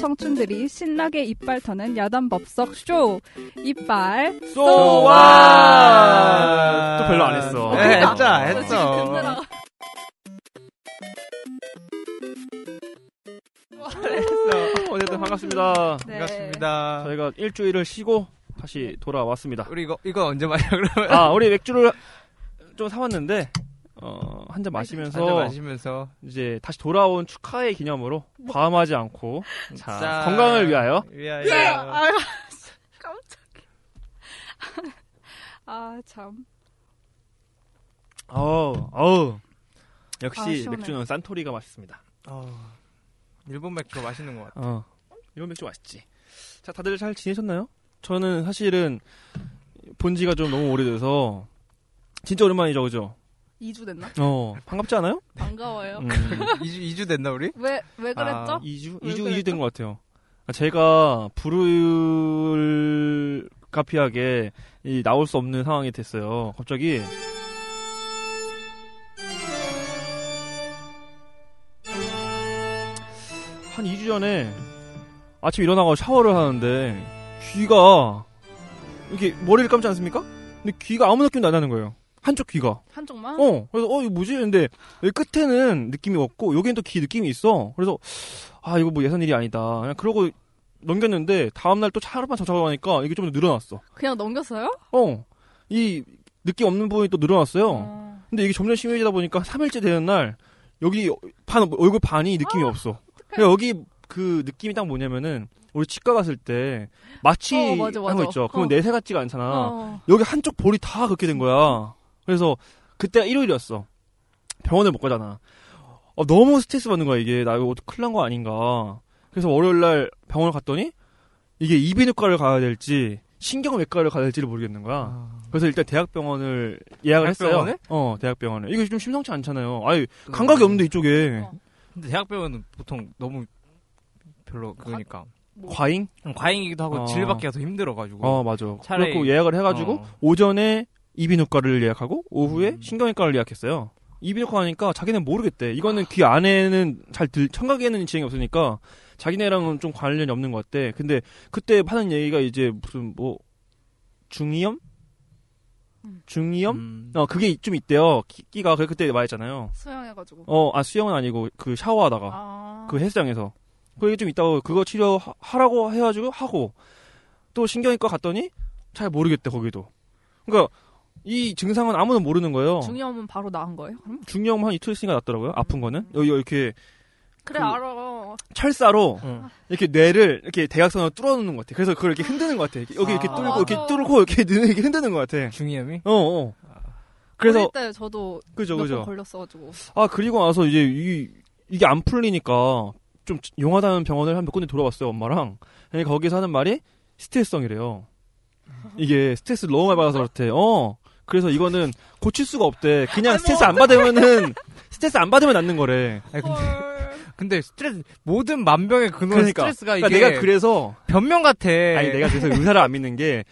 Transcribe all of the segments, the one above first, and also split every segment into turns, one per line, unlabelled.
청춘들이 신나게 이빨 터는 야단 법석 쇼 이빨
쏘와!
또 별로 안 했어.
네, 했다,
아,
어,
했어.
어쨌든 반갑습니다.
네.
반갑습니다.
저희가 일주일을 쉬고 다시 돌아왔습니다.
우리 이거, 이거 언제 마냐, 그러면?
아, 우리 맥주를 좀 사왔는데, 어, 한 잔
한잔
마시면서,
마시면서.
이제 다시 돌아온 축하의 기념으로 과음하지 않고, 자,
짠.
건강을 위하여.
위하여.
네.
아, 깜짝이야. 아, 참.
어우, 어우.
아,
역시
시원해.
맥주는 산토리가 맛있습니다.
어, 일본 맥주 맛있는 것 같아.
어. 이런 맥주 맛있지. 자, 다들 잘 지내셨나요? 저는 사실은 본 지가 좀 너무 오래돼서, 진짜 오랜만이죠, 그죠?
2주 됐나?
어, 반갑지 않아요?
반가워요.
음.
2주, 2주 됐나, 우리?
왜, 왜 그랬죠?
아,
2주?
왜
2주,
그랬죠?
2주 된 것 같아요. 아, 제가 불가피하게 이 나올 수 없는 상황이 됐어요. 갑자기. 한 2주 전에 아침에 일어나서 샤워를 하는데 귀가 이렇게 머리를 감지 않습니까? 근데 귀가 아무 느낌도 안 나는 거예요. 한쪽 귀가.
한쪽만?
어, 그래서 어 이거 뭐지? 근데 여기 끝에는 느낌이 없고 여기는 또 귀 느낌이 있어. 그래서 아 이거 뭐 예선 일이 아니다. 그냥 그러고 넘겼는데 다음 날 또 차로만 찾아가니까 이게 좀 더 늘어났어.
그냥 넘겼어요?
어, 이 느낌 없는 부분이 또 늘어났어요.
어.
근데 이게 점점 심해지다 보니까 3일째 되는 날 여기 반 얼굴 반이 느낌이 없어. 그러니까 여기 그 느낌이 딱 뭐냐면은 우리 치과 갔을 때 마취
어, 맞아, 맞아.
하고 있죠. 그럼
어.
내세 같지가 않잖아.
어.
여기 한쪽 볼이 다 그렇게 된 거야. 그래서 그때가 일요일이었어. 병원을 못 가잖아. 어, 너무 스트레스 받는 거야 이게 나 이거 어떡- 큰일 난 거 아닌가. 그래서 월요일 날 병원을 갔더니 이게 이비인후과를 가야 될지 신경외과를 가야 될지를 모르겠는 거야.
어.
그래서 일단 대학병원을 예약을
아. 대학병원에? 음.
했어요. 어, 대학병원에. 이거 좀 심상치 않잖아요. 아니, 감각이 없는데 이쪽에
어.
근데 대학병원은 보통 너무 별로, 그러니까.
과잉?
과잉이기도 하고
어.
질 받기가 더 힘들어가지고.
어, 맞아.
차라리-
그래갖고 예약을 해가지고
어.
오전에 이비인후과를 예약하고 오후에
음.
신경외과를 예약했어요. 이비인후과 하니까 자기는 모르겠대. 이거는 귀 안에는 잘 들, 청각에는 지행이 없으니까 자기네랑은 좀 관련이 없는 것 같대. 근데 그때 하는 얘기가 이제 무슨 뭐 중이염?
음.
중이염?
음.
어 그게 좀 있대요. 끼- 끼가 그- 그때 말했잖아요.
수영해가지고.
어 아 수영은 아니고 그 샤워하다가
아.
그 헬스장에서 그게 좀 있다고 그거 치료하라고 해가지고 하고 또 신경외과 갔더니 잘 모르겠대 거기도 그러니까 이 증상은 아무도 모르는
어.
거예요
중이염은 바로 나은 거예요? 그럼?
중형 한 이틀 있으니까 낫더라고요 아픈 거는 여기 이렇게
그래,
그-
알아.
철사로
응.
이렇게 뇌를 이렇게 대각선으로 뚫어놓는 것 같아 그래서 그걸 이렇게 흔드는 것 같아 이렇게 여기 이렇게
아.
뚫고
맞아.
이렇게 뚫고 이렇게 뇌 이렇게 흔드는 것 같아
중이염이?
어어 그래서
어릴 때 저도
그죠
몇 번
그죠
걸렸어가지고.
아 그리고 나서 이제 이, 이게 안 풀리니까 좀 용하다는 병원을 한 몇 군데 돌아봤어요 엄마랑 근데 거기서 하는 말이 스트레스성이래요 이게 스트레스를 너무 많이 받아서 그렇대 어 그래서 이거는 고칠 수가 없대 그냥
아니,
스트레스 안 받으면은 스트레스 안 받으면 낫는 거래
아니,
어.
근데,
헐.
근데 스트레스, 모든 만병의 근원 은
그러니까.
스트레스가 이게
그러니까 내가 그래서
변명 같아.
아니 내가 그래서 의사를 안 믿는 게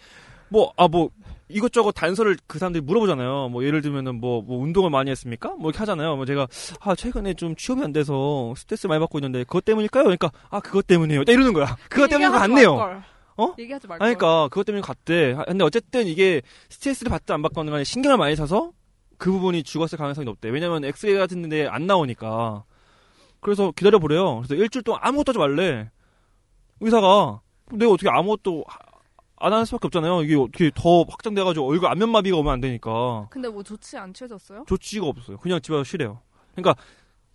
뭐 아 뭐 이것저것 단서를 그 사람들이 물어보잖아요. 뭐 예를 들면은 뭐, 뭐 운동을 많이 했습니까? 뭐 이렇게 하잖아요. 뭐 제가 아 최근에 좀 취업이 안 돼서 스트레스 많이 받고 있는데 그것 때문일까요? 그러니까 아 그것 때문이에요. 딱 이러는 거야. 그것 때문에
얘기하지
갔네요.
말걸.
어?
얘기하지 말걸.
아니 그러니까 그것 때문에 갔대. 아, 근데 어쨌든 이게 스트레스를 받든 안 받건 간에 신경을 많이 써서 그 부분이 죽었을 가능성이 높대. 왜냐면 엑스레이 같은 데 안 나오니까. 그래서 기다려 보래요. 그래서 일주일 동안 아무것도 하지 말래. 의사가 내가 어떻게 아무것도 안 할 수밖에 없잖아요. 이게 어떻게 더 확장돼 가지고 얼굴 안면마비가 오면 안 되니까.
근데 뭐 조치 안 취해졌어요?
조치가 없어요. 그냥 집에서 쉬래요. 그러니까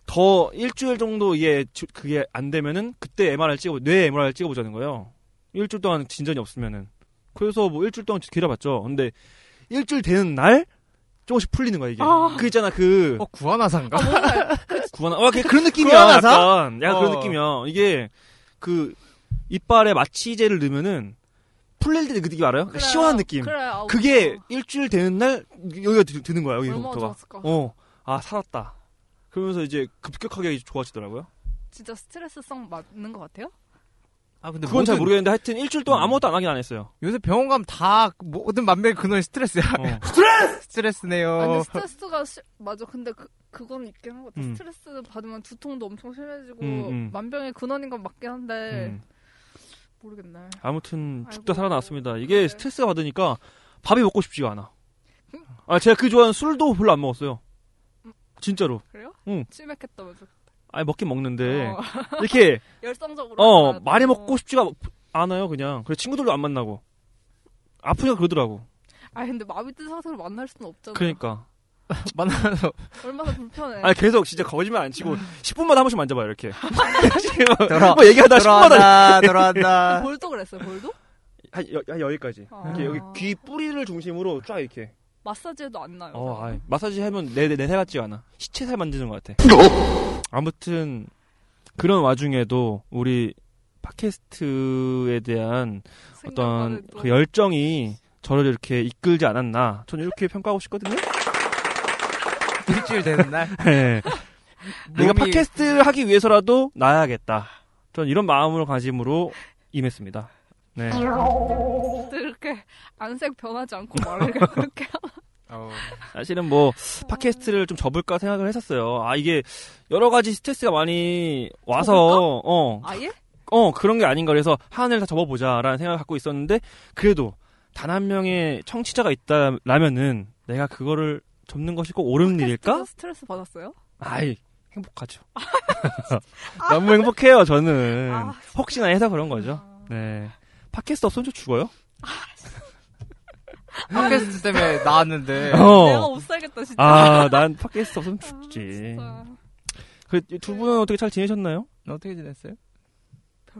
더 일주일 정도 이게 주- 그게 안 되면은 그때 MRI 찍어 뇌 MRI 찍어보자는 거예요. 일주일 동안 진전이 없으면은 그래서 뭐 일주일 동안 기다려봤죠. 근데 일주일 되는 날 조금씩 풀리는 거야 이게.
아.
그 있잖아 그
어, 구하나사인가?
구하나 와 그- 그런 느낌이야
구하나사?
약간 약간 그런
어.
느낌이야 이게 그 이빨에 마취제를 넣으면은 풀릴 때 그 느낌 알아요?
그래.
시원한 느낌.
그래, 아우,
그게
진짜.
일주일 되는 날 여기가 드- 드는 거야
얼마나
여기서부터가.
좋았을까.
어, 아 살았다. 그러면서 이제 급격하게 좋아지더라고요.
진짜 스트레스성 맞는 것 같아요?
아, 근데
그건 잘
모든-
모르겠는데 하여튼 일주일 동안
음.
아무것도 안 하긴 안 했어요.
요새 병원 가면 다
네.
모든 만병의 근원이 스트레스야.
어.
스트레스네요.
아,
아니 스트레스가 시- 맞아. 근데 그,
그건 있긴 한 것 같아.
음.
스트레스 받으면 두통도 엄청 심해지고
음, 음.
만병의 근원인 건 맞긴 한데
음.
모르겠네.
아무튼 죽다
아이고.
살아났습니다. 이게
네.
스트레스 받으니까 밥이 먹고 싶지가 않아.
음?
아 제가 그 좋아하는 술도 별로 안 먹었어요. 진짜로.
그래요?
응.
치맥했다면서.
아니 먹긴 먹는데
어,
이렇게
열성적으로.
네. 어
하다가
많이
또-
먹고 싶지가 않아요 그냥. 그래 친구들도 안 만나고 아프니까 그러더라고.
아 근데 마비된 상태로 만날 수는 없잖아.
그러니까.
만나서
얼마나 불편해.
아니 그, 계속 진짜 거짓말 안 치고
음.
10분마다 한 번씩 만져봐요 이렇게.
아, 네.
돌아-
뭐 얘기하다 10분마다
돌아온다 돌아온다
뭐,
볼도 그랬어요. 볼도?
한, 여, 한 여기까지.
아.
이렇게 여기 귀 뿌리를 중심으로 쫙 이렇게.
마사지에도 안 나요.
어,
저는.
아이, 마사지 하면 내, 내, 내살 같지가 않아. 시체살 만지는 것 같아. 어? 아무튼, 그런 와중에도 우리 팟캐스트에 대한
생각만
어떤
해도.
그 열정이 저를 이렇게 이끌지 않았나. 저는 이렇게 평가하고 싶거든요.
일주일 되는 날
네. 내가
몸이-
팟캐스트를 하기 위해서라도 나야겠다. 전 이런 마음으로 관심으로 임했습니다. 네.
또 이렇게 어, 안색 변하지 않고 말을 그렇게
어,
사실은 뭐 팟캐스트를 좀 접을까 생각을 했었어요. 아 이게 여러 가지 스트레스가 많이 와서 어,
아예?
어 그런 게 아닌가 그래서 하나를 다 접어보자라는 생각을 갖고 있었는데 그래도 단 한 명의 청취자가 있다라면은 내가 그거를 접는 것이 꼭 옳은 일일까?
스트레스 받았어요?
아이 행복하죠. 너무 행복해요 저는.
아,
혹시나 해서 그런 거죠. 네. 팟캐스트 없으면 저 죽어요.
팟캐스트 때문에 나왔는데
내가
어.
못 살겠다 진짜.
아난 팟캐스트 없으면
아,
죽지.
진짜.
그 두 분은 어떻게 잘 지내셨나요?
어떻게 지냈어요?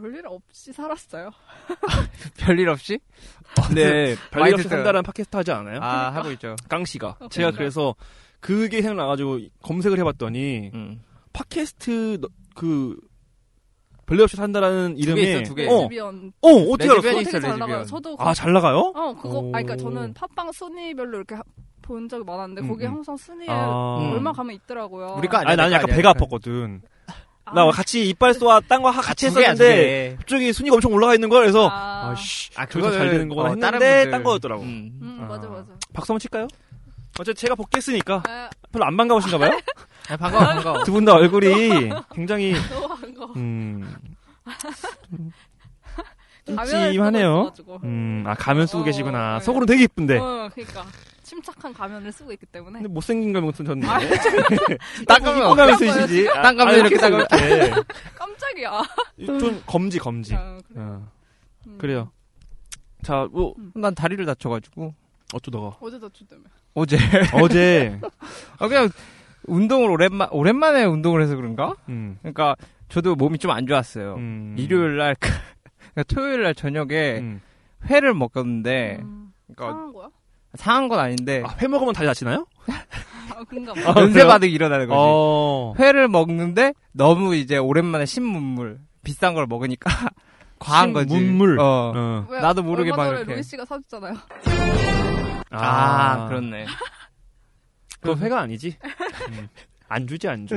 별일 없이 살았어요.
별일 없이?
어,
네
별일 없이 산다라는 팟캐스트 하지 않아요?
아 하고 있죠
깡 씨가
어,
제가
그런가요?
그래서 그게 생각나가지고 검색을 해봤더니
음.
팟캐스트 너- 그 별일 없이 산다라는
개
이름에
있어, 두 개. 네
어,
레즈비언
어 어떻게 알았어?
레즈비언이-
되게 잘
레즈비언.
나가요. 저도 그-
아잘 나가요?
어 그거
오.
아 그러니까 저는 팟빵 순위별로 이렇게 하- 본 적이 많았는데
음,
거기
음.
항상 순위에
아,
음.
예. 얼마 가면 있더라고요.
우리 거 아니야
아니 나는 약간 배가 아팠거든.
아,
나 같이 이빨 쏘아 딴거 같이
두 개야, 두
했었는데
개.
갑자기 순위가 엄청 올라가 있는 거야. 그래서
아,
아씨,
아,
저거 잘
그거는,
되는 거구나
어, 다른
했는데
분들.
딴 거였더라고.
음.
음
아.
맞아 맞아.
박수 한번 칠까요? 어제 제가 복귀했으니까
아,
별로 안 반가우신가 봐요.
아니, 반가워 반가워
두 분 다 얼굴이 굉장히
너무한 거.
음,
가면을
찜찜하네요.
쓰고 있어가지고.
음, 아 가면 쓰고
어,
계시구나.
네.
속으로 되게 이쁜데.
어, 그러니까 침착한 가면을 쓰고 있기 때문에.
근데 뭐? 못생긴 걸 무슨 전.
아,
딴 가면
이쁜 가면
어떡할 거예요,
쓰시지.
진짜?
딴 가면
아니,
이렇게
쓰고 이렇게.
깜짝이야.
좀 검지 검지.
아, 그래.
어,
음.
아, 그래요. 자, 뭐
난 다리를 다쳐가지고
어쩌다가
어제 다쳤다며.
어제
어제
아, 그냥 운동을 오랜만 오랜만에 운동을 해서 그런가?
음,
그러니까 저도 몸이 좀 안 좋았어요.
음,
일요일 날 그러니까 토요일 날 저녁에
음.
회를 먹었는데
음,
그러니까
상한 거야?
상한 건 아닌데
아, 회 먹으면 다리 다치나요?
아, 그런가 봐.
아,
연쇄
그래요?
반응 일어나는 거지.
어.
회를 먹는데 너무 이제 오랜만에 신문물 비싼 걸 먹으니까 과한 거지.
신문물.
어.
어.
왜
나도 모르게
얼마
막
전에
이렇게.
로이 씨가 사줬잖아요.
아, 그렇네.
그건 회가 아니지. 음. 안 주지 안 줘.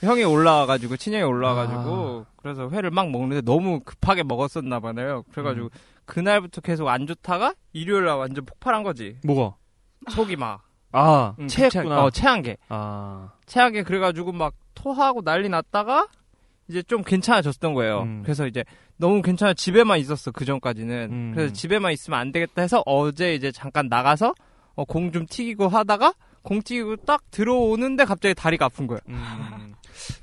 형이 올라와가지고 친형이 올라와가지고
아.
그래서 회를 막 먹는데 너무 급하게 먹었었나 봐요. 그래가지고
음.
그날부터 계속 안 좋다가 일요일 날 완전 폭발한 거지.
뭐가?
속이 막
아,
응,
체했구나.
어, 체한 게.
아,
체한 게 그래가지고 막 토하고 난리 났다가 이제 좀 괜찮아졌던 거예요.
음.
그래서 이제 너무 괜찮아 집에만 있었어 그 전까지는.
음.
그래서 집에만 있으면 안 되겠다 해서 어제 이제 잠깐 나가서 어, 공 좀 튀기고 하다가 공 튀기고 딱 들어오는데 갑자기 다리가 아픈 거야.
음,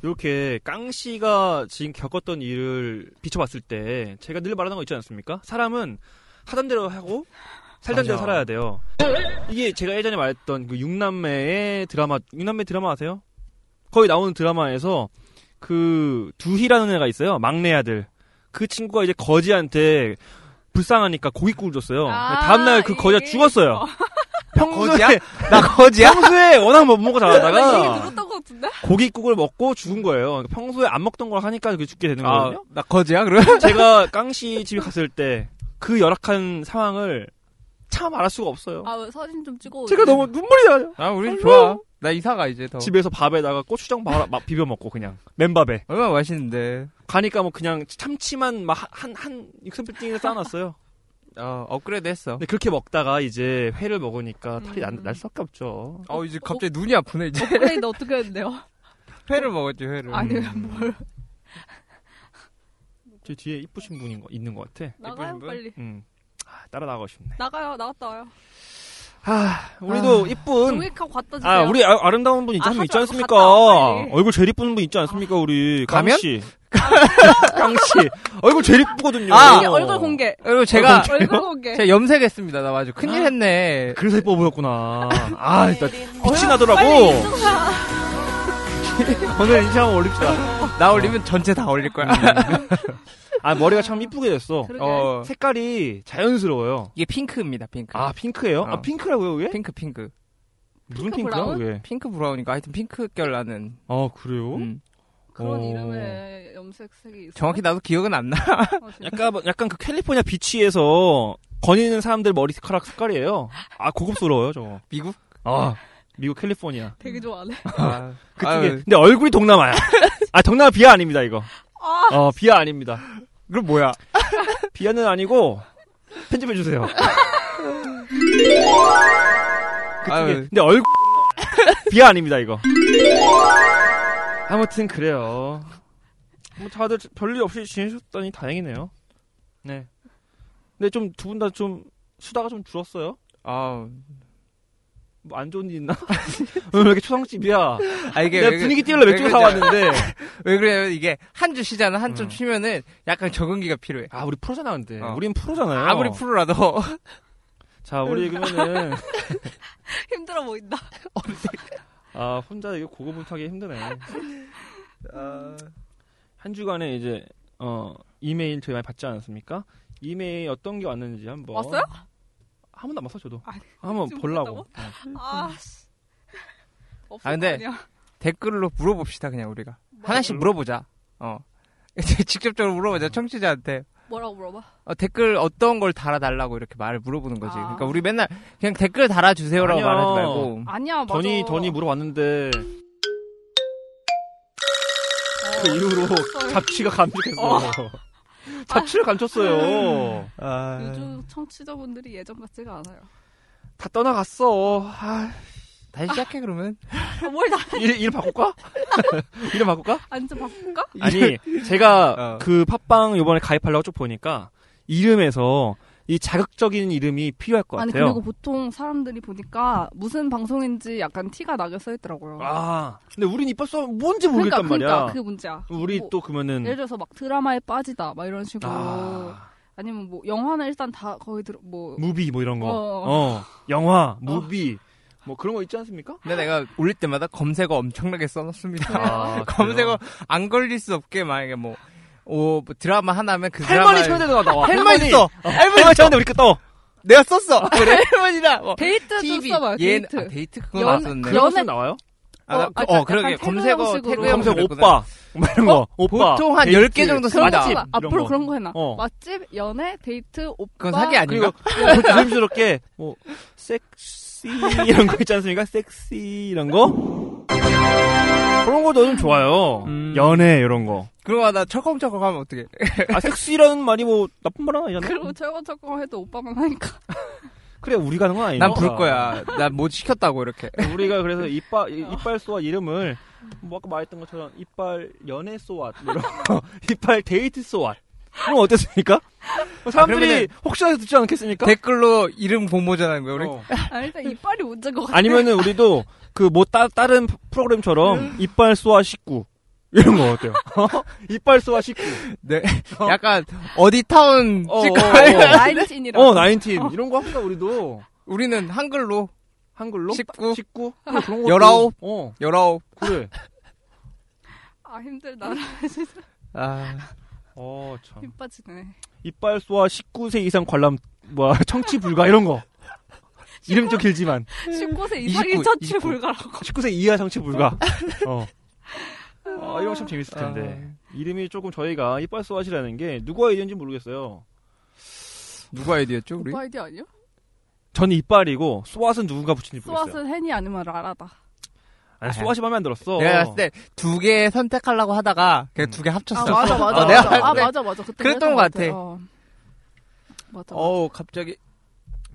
이렇게 깡 씨가 지금 겪었던 일을 비춰봤을 때 제가 늘 말하는 거 있지 않습니까? 사람은 하던 대로 하고 살던 대로
맞아.
살아야 돼요. 이게 제가 예전에 말했던 그 육남매의 드라마 육남매 드라마 아세요? 거기 나오는 드라마에서 그 두희라는 애가 있어요. 막내 아들. 그 친구가 이제 거지한테 불쌍하니까 고깃국을 줬어요.
아,
다음날 그 거지가
이게-
죽었어요.
어.
평소에
거지야? 나 거지야?
평소에 워낙 뭐 못 먹고
나 얘기
자라다가
들었던 것 같은데?
고깃국을 먹고 죽은 거예요. 그러니까 평소에 안 먹던 걸 하니까 그게 죽게 되는
아,
거거든요.
나 거지야 그럼?
제가 깡씨 집에 갔을 때 그 열악한 상황을 참 알할 수가 없어요.
아, 왜 사진 좀 찍어.
제가 너무 눈물이 나요.
아, 우리 좋아. 나 이사가 이제 더.
집에서 밥에다가 고추장 바- 막 비벼 먹고 그냥 맨밥에
얼마나 맛있는데.
가니까 뭐 그냥 참치만 막 한한 육선빌딩에 쌓아놨어요.
어, 업그레이드 했어.
근데 그렇게 먹다가 이제 회를 먹으니까 탈이 난-
음.
날 수밖에 없죠.
어, 이제 갑자기 눈이 아프네, 이제.
업그레이드 어떻게 했는데요?
회를 먹었지, 회를.
아니 뭐.
음.
뭘
제 뒤에 이쁘신 분인 거 있는 것 같아.
나가요
분?
빨리
음. 아, 따라 나가고 싶네.
나가요 나갔다 와요
아, 우리도 이쁜.
종이컵 갖다 주세요.
아, 우리 아, 름다운분 있지,
아,
한분 있지
하지 말고
않습니까?
갔다 와, 빨리.
얼굴 제일 이쁜 분 있지 않습니까, 우리.
가면?
깡씨. 깡씨. 얼굴 제일 이쁘거든요.
아!
공개,
어.
얼굴 공개
어, 그리고 제가,
얼굴 공개
제가 염색했습니다. 나 아주 네, 큰일 했네.
그래서 이뻐 보였구나. 아, 나 빛이
빨리
나더라고.
인증사
오늘 인사 한번 올립시다.
나 올리면 전체 다 올릴 거야.
아, 머리가 참 이쁘게 됐어.
그러게.
어,
색깔이 자연스러워요.
이게 핑크입니다, 핑크.
아, 핑크예요?
어.
아, 핑크라고요, 그게?
핑크, 핑크.
무슨
핑크
핑크야,
브라운?
그게?
핑크 브라우니까 하여튼 핑크 결 나는.
아, 그래요?
음.
그런
어.
이름의 염색색이 있어.
정확히 나도 기억은 안 나.
어, 진짜.
약간 약간 그 캘리포니아 비치에서 거니는 사람들 머리카락 색깔이에요. 아 고급스러워요 저거.
미국?
아 미국 캘리포니아.
되게 좋아하네.
아,
그쪽에
아유,
근데 얼굴이 동남아야. 아 동남아 비하 아닙니다 이거.
아.
어 비하 아닙니다.
그럼 뭐야?
비하는 아니고 편집해 주세요.
아유,
근데 얼굴 비하 아닙니다 이거. 아무튼 그래요. 뭐 다들 별일 없이 지내셨다니 다행이네요. 네. 근데 좀 두 분 다 좀 수다가 좀 줄었어요.
아,
뭐 안 좋은 일 있나? 왜 이렇게 초상집이야?
아 이게
내가
왜 그-
분위기 띄우려 맥주
왜 그러냐.
사왔는데.
왜 그래요? 이게 한 주 쉬잖아. 한 주
음.
쉬면은 약간 적응기가 필요해.
아, 우리 프로잖아, 근데.
어.
우린 프로잖아요.
아무리 프로라도
자, 우리 그러면은,
힘들어 보인다.
아, 혼자 이거 고군분투하기 힘드네. 아, 한 주간에 이제, 어, 이메일 저희 많이 받지 않았습니까? 이메일 어떤 게 왔는지 한번.
왔어요?
한 번도 안 봤어, 저도.
아니,
한번
지금
보려고.
아 씨. 없을
음. 아, 근데
거 아니야.
댓글로 물어봅시다 그냥 우리가
뭐라고?
하나씩 물어보자. 어 이제 직접적으로
음.
물어보자 청취자한테
뭐라고 물어봐?
어, 댓글 어떤 걸 달아달라고 이렇게 말을 물어보는 거지.
아.
그러니까 우리 맨날 그냥 댓글 달아주세요라고
아니요.
말하지 말고
아니야 맞아.
더니, 더니 물어봤는데,
어,
그 이후로
썰.
잡취가 감쪽했어요. 잡취를 감췄어요.
아...
요즘 청취자분들이 예전 같지가 않아요.
다 떠나갔어. 아,
다시 시작해 그러면.
아, 뭘나
일, 일 바꿀까? 이름 바꿀까?
앉아 바꿀까?
아니 제가
어.
그 팟빵 요번에 가입하려고 쭉 보니까 이름에서 이 자극적인 이름이 필요할 것
아니
같아요.
그리고 보통 사람들이 보니까 무슨 방송인지 약간 티가 나게 써 있더라고요.
아 근데 우린 이뻤어 뭔지
그러니까
모르겠단
그러니까
말이야.
그게 문제야.
우리
뭐,
또 그러면은
예를 들어서 막 드라마에 빠지다 막 이런 식으로
아
아니면 뭐 영화는 일단 다 거의 들어 뭐
무비 뭐 이런 거,
어.
어, 영화 무비 뭐 그런 거 있지 않습니까?
근데 내가 올릴 때마다 검색어 엄청나게
네.
써놓습니다.
아,
검색어 안 걸릴 수 없게 만약에 뭐, 오, 뭐 드라마 하나면 그
할머니
드라마에-
쳐야 되나 나와.
할머니 있어.
할머니 쳐야 돼 우리 끝떠
내가 썼어. 그래? 할머니랑 뭐.
데이트 좀
TV.
아, 써봐요.
얘-
데이트.
아, 데이트 그거
연-
나왔었네.
연-
그런 거
연애-
나와요?
아, 나-
어, 아,
그- 어,
약간
그러게.
태그
검색어
형식으로.
태그
그런
검색
형식으로
오빠 막 이런 거.
어,
오빠
보통 한
데이트.
10개 정도 쓰-
그런 거
맞아.
써봐. 앞으로
이런
그런 거 해놔.
어.
맛집, 연애, 데이트, 오빠.
그건 사기 아닌가?
그리고 조심스럽게 뭐 섹시 이런 거 있지 않습니까? 섹시 이런 거 그런 거 저는 좋아요.
음.
연애 이런 거.
그러고 하다 철컹철컹 하면 어떡해.
아 섹시라는 말이 뭐 나쁜 말 아니잖아.
그리고 철거철거 해도 오빠만 하니까.
그래 우리가 하는 건 아니야.
난 부를 거야. 난 못 시켰다고, 이렇게.
우리가 그래서 이빨 이- 이빨소와 이름을 뭐 아까 말했던 것처럼 이빨 연애소와 뭐 이런 거. 이빨 데이트소와 그럼 어땠습니까? 뭐 사람들이
그러면은
혹시라도 듣지 않겠습니까?
댓글로 이름 공모전하는 거야, 우리.
어.
아, 일단 이빨이 문제인 것 같아.
아니면은 우리도 그 뭐 다른 프로그램처럼 이빨 쏘아 식구 이런 거 어때요? 이빨 쏘아 식구.
네. 약간, 어디 타운
어,
찍고.
어, 어.
나인틴이라고.
어 나인틴 이런 거 합니다 우리도
우리는 한글로,
한글로
식구,
식구 그래, 그런 것도-
열아홉.
어
열아홉.
그래.
아, 힘들다.
아,
어 참.
힘 빠지네.
이빨 쏘아 19세 이상 관람 뭐 청취 불가 이런 거. 이름 좀 길지만
19세 이상이
29,
처치
29.
불가라고.
19세 이하 청취 불가. 어. 아, 이런 거 참 재밌을 텐데 이름이 조금 저희가 이빨 쏘아시라는 게 누가 아이디어인지 모르겠어요.
누구 아이디였죠, 우리?
오빠 아이디어 아니야?
저는 이빨이고 쏘아은 누군가 붙인지 모르겠어요.
수아스 헨이 아니면 라라다.
아니 소아시 마음에 안 들었어.
내가 봤을 때 두 개 선택하려고 하다가 그냥
음.
두 개 합쳤어.
아, 맞아, 맞아.
어,
맞아.
내가
아,
봤을 때
맞아, 맞아. 그때
그랬던
그랬던
것 같아.
어. 맞아.
어우 갑자기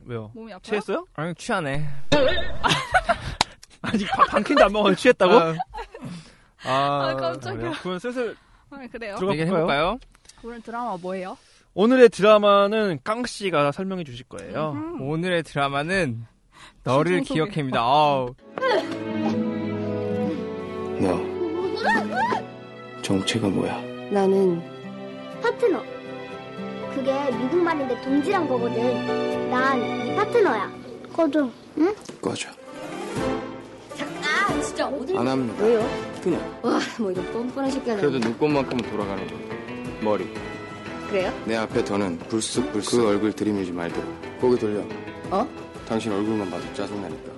왜요?
몸이 아파요?
취했어요?
아니 취하네.
아직 바- 반캔도 안 먹었는데 취했다고?
아, 아,
아, 깜짝이야.
그래요? 그건 슬슬
아, 그래요?
들어가
얘기해
볼까요?
볼까요?
오늘 드라마 뭐예요?
오늘의 드라마는 깡 씨가 설명해 주실 거예요.
음.
오늘의 드라마는 너를
시중 소개.
기억해입니다. 아우
너 뭐? 정체가 뭐야?
나는
파트너. 그게 미국 말인데 동지란 거거든. 난 네 파트너야. 거든.
꺼져.
아 진짜 어딜
안 합니다.
왜요?
끊어.
와뭐 이런 뻔뻔한 새끼 하나
그래도 눈꽃만큼은 돌아가는 거. 머리.
그래요?
내 앞에 더는 불쑥불쑥 그 얼굴 들이밀지 말고 고개 돌려.
어?
당신 얼굴만 봐도 짜증나니까.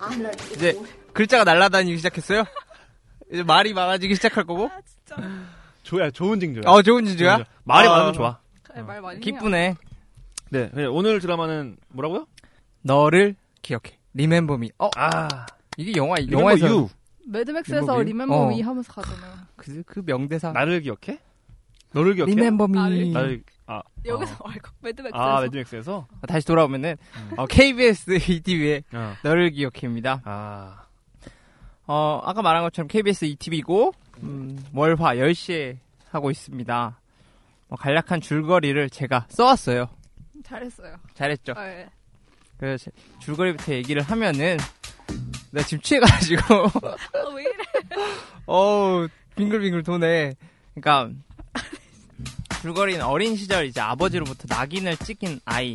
아나
이제 글자가 날아다니기 시작했어요. 이제 말이 많아지기 시작할 거고.
좋아, 좋은 징조야.
어 좋은 지주야.
말이
아,
많으면 좋아.
아, 말 많이 해요.
기쁘네.
네, 네, 오늘 드라마는 뭐라고요?
너를 기억해. 리멤버 미. 어
아,
이게 영화
영화에서
영화에서
매드맥스에서
리멤버
리멤버
미?
미 하면서 가잖아요.
그, 그 명대사.
나를 기억해? 너를 기억해?
리멤버
나를
미.
나를 아
여기서 말고 매드맥스에서.
아 매드맥스에서
다시 돌아오면은 어, KBS ETV의
어.
너를 기억해입니다.
아
어, 아까 말한 것처럼 KBS ETV고 음, 월화 10시에 하고 있습니다. 어, 간략한 줄거리를 제가 써왔어요.
잘했어요.
잘했죠.
아, 예.
그래서 제- 줄거리부터 얘기를 하면은 나 지금 취해가지고
아, 왜 이래?
어우 빙글빙글 도네. 그러니까 줄거리는 어린 시절 이제 아버지로부터 낙인을 찍힌 아이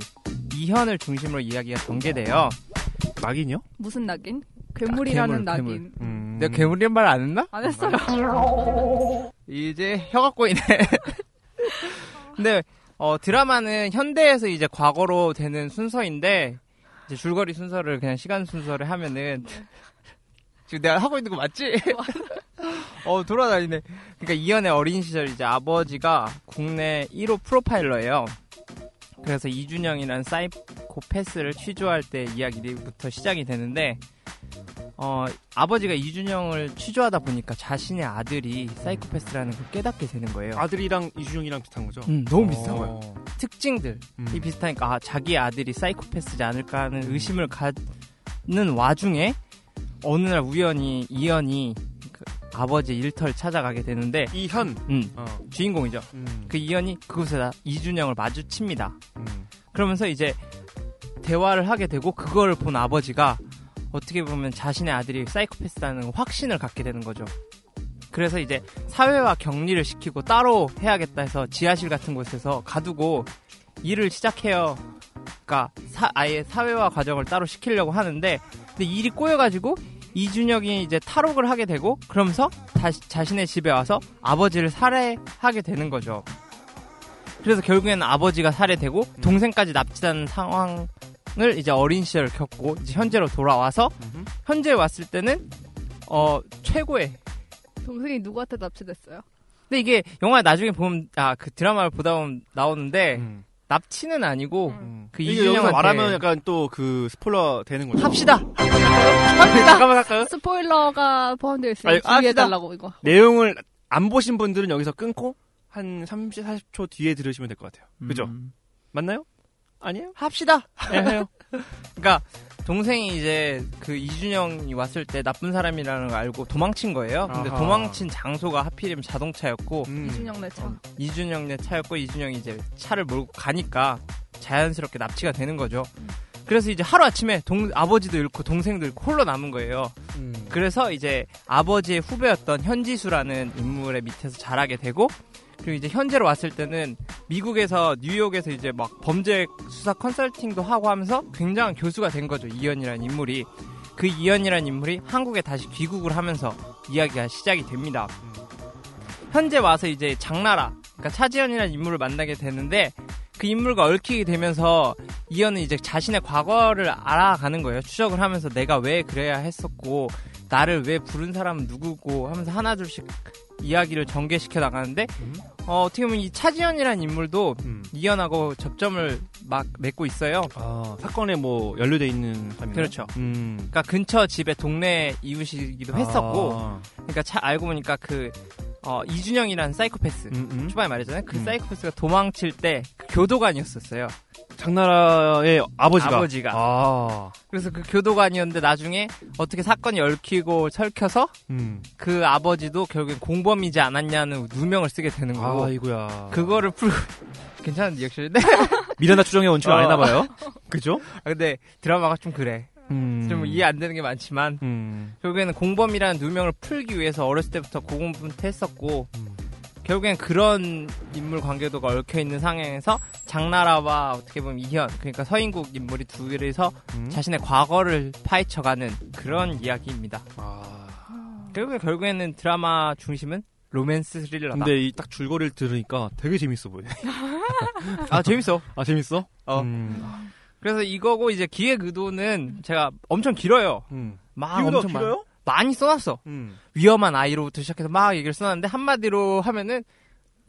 이현을 중심으로 이야기가 전개돼요.
낙인이요?
무슨 낙인? 괴물이라는
괴물, 괴물.
낙인.
음.
내가 괴물이란 말 안 했나?
안 했어요.
이제 혀가 꼬이네. 근데 어, 드라마는 현대에서 이제 과거로 되는 순서인데 이제 줄거리 순서를 그냥 시간 순서를 하면은 지금 내가 하고 있는 거 맞지? 어 돌아다니네. 그러니까 이현의 어린 시절 이제 아버지가 국내 1호 프로파일러예요. 그래서 이준영이라는 사이코패스를 취조할 때 이야기부터 시작이 되는데 어, 아버지가 이준영을 취조하다 보니까 자신의 아들이 사이코패스라는 걸 깨닫게 되는 거예요.
아들이랑 이준영이랑 비슷한 거죠?
음, 너무 비슷한 거예요.
어.
특징들이
음.
비슷하니까 아, 자기 아들이 사이코패스지 않을까 하는 의심을 갖는 와중에 어느 날 우연히 이현이 그 아버지 일터를 찾아가게 되는데
이현.
음,
어.
주인공이죠.
음.
그 이현이 그곳에다 이준영을 마주칩니다.
음.
그러면서 이제 대화를 하게 되고 그걸 본 아버지가 어떻게 보면 자신의 아들이 사이코패스라는 확신을 갖게 되는 거죠. 그래서 이제 사회와 격리를 시키고 따로 해야겠다 해서 지하실 같은 곳에서 가두고 일을 시작해요. 그러니까 사- 아예 사회화 과정을 따로 시키려고 하는데 근데 일이 꼬여가지고 이준혁이 이제 탈옥을 하게 되고 그러면서 다시 자신의 집에 와서 아버지를 살해하게 되는 거죠. 그래서 결국에는 아버지가 살해되고
음.
동생까지 납치되는 상황을 이제 어린 시절 겪고 이제 현재로 돌아와서
음흠.
현재 왔을 때는 어 최고의
동생이 누구한테 납치됐어요?
근데 이게 영화 나중에 보면 아 그 드라마를 보다 보면 나오는데
음.
납치는 아니고
음.
그
이게 여기서
이준영한테-
말하면 약간 또 그 스포일러 되는 거죠. 네,
합시다
잠깐만 할까요?
스포일러가 포함되어
아,
있으니까
아,
주의해달라고 이거.
내용을 안 보신 분들은 여기서 끊고 한 30, 40초 뒤에 들으시면 될 것 같아요. 그죠? 맞나요? 아니에요?
합시다
음. 네, 해요.
그러니까 동생이 이제 그 이준영이 왔을 때 나쁜 사람이라는 걸 알고 도망친 거예요 근데
아하.
도망친 장소가 하필이면 자동차였고
음.
이준영 내 차.
이준영 네 차였고 이준영이 이제 차를 몰고 가니까 자연스럽게 납치가 되는 거죠. 그래서 이제 하루 아침에 아버지도 잃고 동생도 잃고 홀로 남은 거예요.
음.
그래서 이제 아버지의 후배였던 현지수라는 인물의 밑에서 자라게 되고 그리고 이제 현재로 왔을 때는 미국에서 뉴욕에서 이제 막 범죄 수사 컨설팅도 하고 하면서 굉장한 교수가 된 거죠 이현이라는 인물이 그 이현이라는 인물이 한국에 다시 귀국을 하면서 이야기가 시작이 됩니다. 현재 와서 이제 장나라 그러니까 차지현이라는 인물을 만나게 되는데 그 인물과 얽히게 되면서 이현은 이제 자신의 과거를 알아가는 거예요 추적을 하면서 내가 왜 그래야 했었고 나를 왜 부른 사람은 누구고 하면서 하나둘씩 이야기를 전개시켜 나가는데
음.
어, 어떻게 보면 이 차지현이라는 인물도
음.
이현하고 접점을 막 맺고 있어요.
아, 사건에 뭐 연루돼 있는 사람이
그렇죠.
음.
그러니까 근처 집에 동네 이웃이기도 했었고,
아.
그러니까 차, 알고 보니까 그 어, 이준영이라는 사이코패스
음, 음.
초반에 말했잖아요. 그
음.
사이코패스가 도망칠 때그 교도관이었었어요.
장나라의 아버지가.
아버지가.
아,
그래서 그 교도관이었는데 나중에 어떻게 사건이 얽히고 설켜서
음.
그 아버지도 결국엔 공범이지 않았냐는 누명을 쓰게 되는 거고
아이고야.
그거를 풀고 괜찮은 네. 리액션인데
미란다 추정의 원칙을 안
어.
해나봐요. 아. 그죠?
아, 근데 드라마가 좀 그래
음.
좀 이해 안 되는 게 많지만
음.
결국에는 공범이라는 누명을 풀기 위해서 어렸을 때부터 고군분투했었고
음.
결국엔 그런 인물 관계도가 얽혀 있는 상황에서 장나라와 어떻게 보면 이현 그러니까 서인국 인물이 둘이서
음.
자신의 과거를 파헤쳐가는 그런 이야기입니다.
아.
결국에 결국에는 드라마 중심은 로맨스 스릴러다.
근데 이 딱 줄거리를 들으니까 되게 재밌어 보여.
아 재밌어.
아, 재밌어?
어.
음.
그래서 이거고 이제 기획 의도는 제가 엄청 길어요.
음.
막
이유가
엄청 많-
길어요?
많이 써놨어.
음.
위험한 아이로부터 시작해서 막 얘기를 써놨는데 한마디로 하면은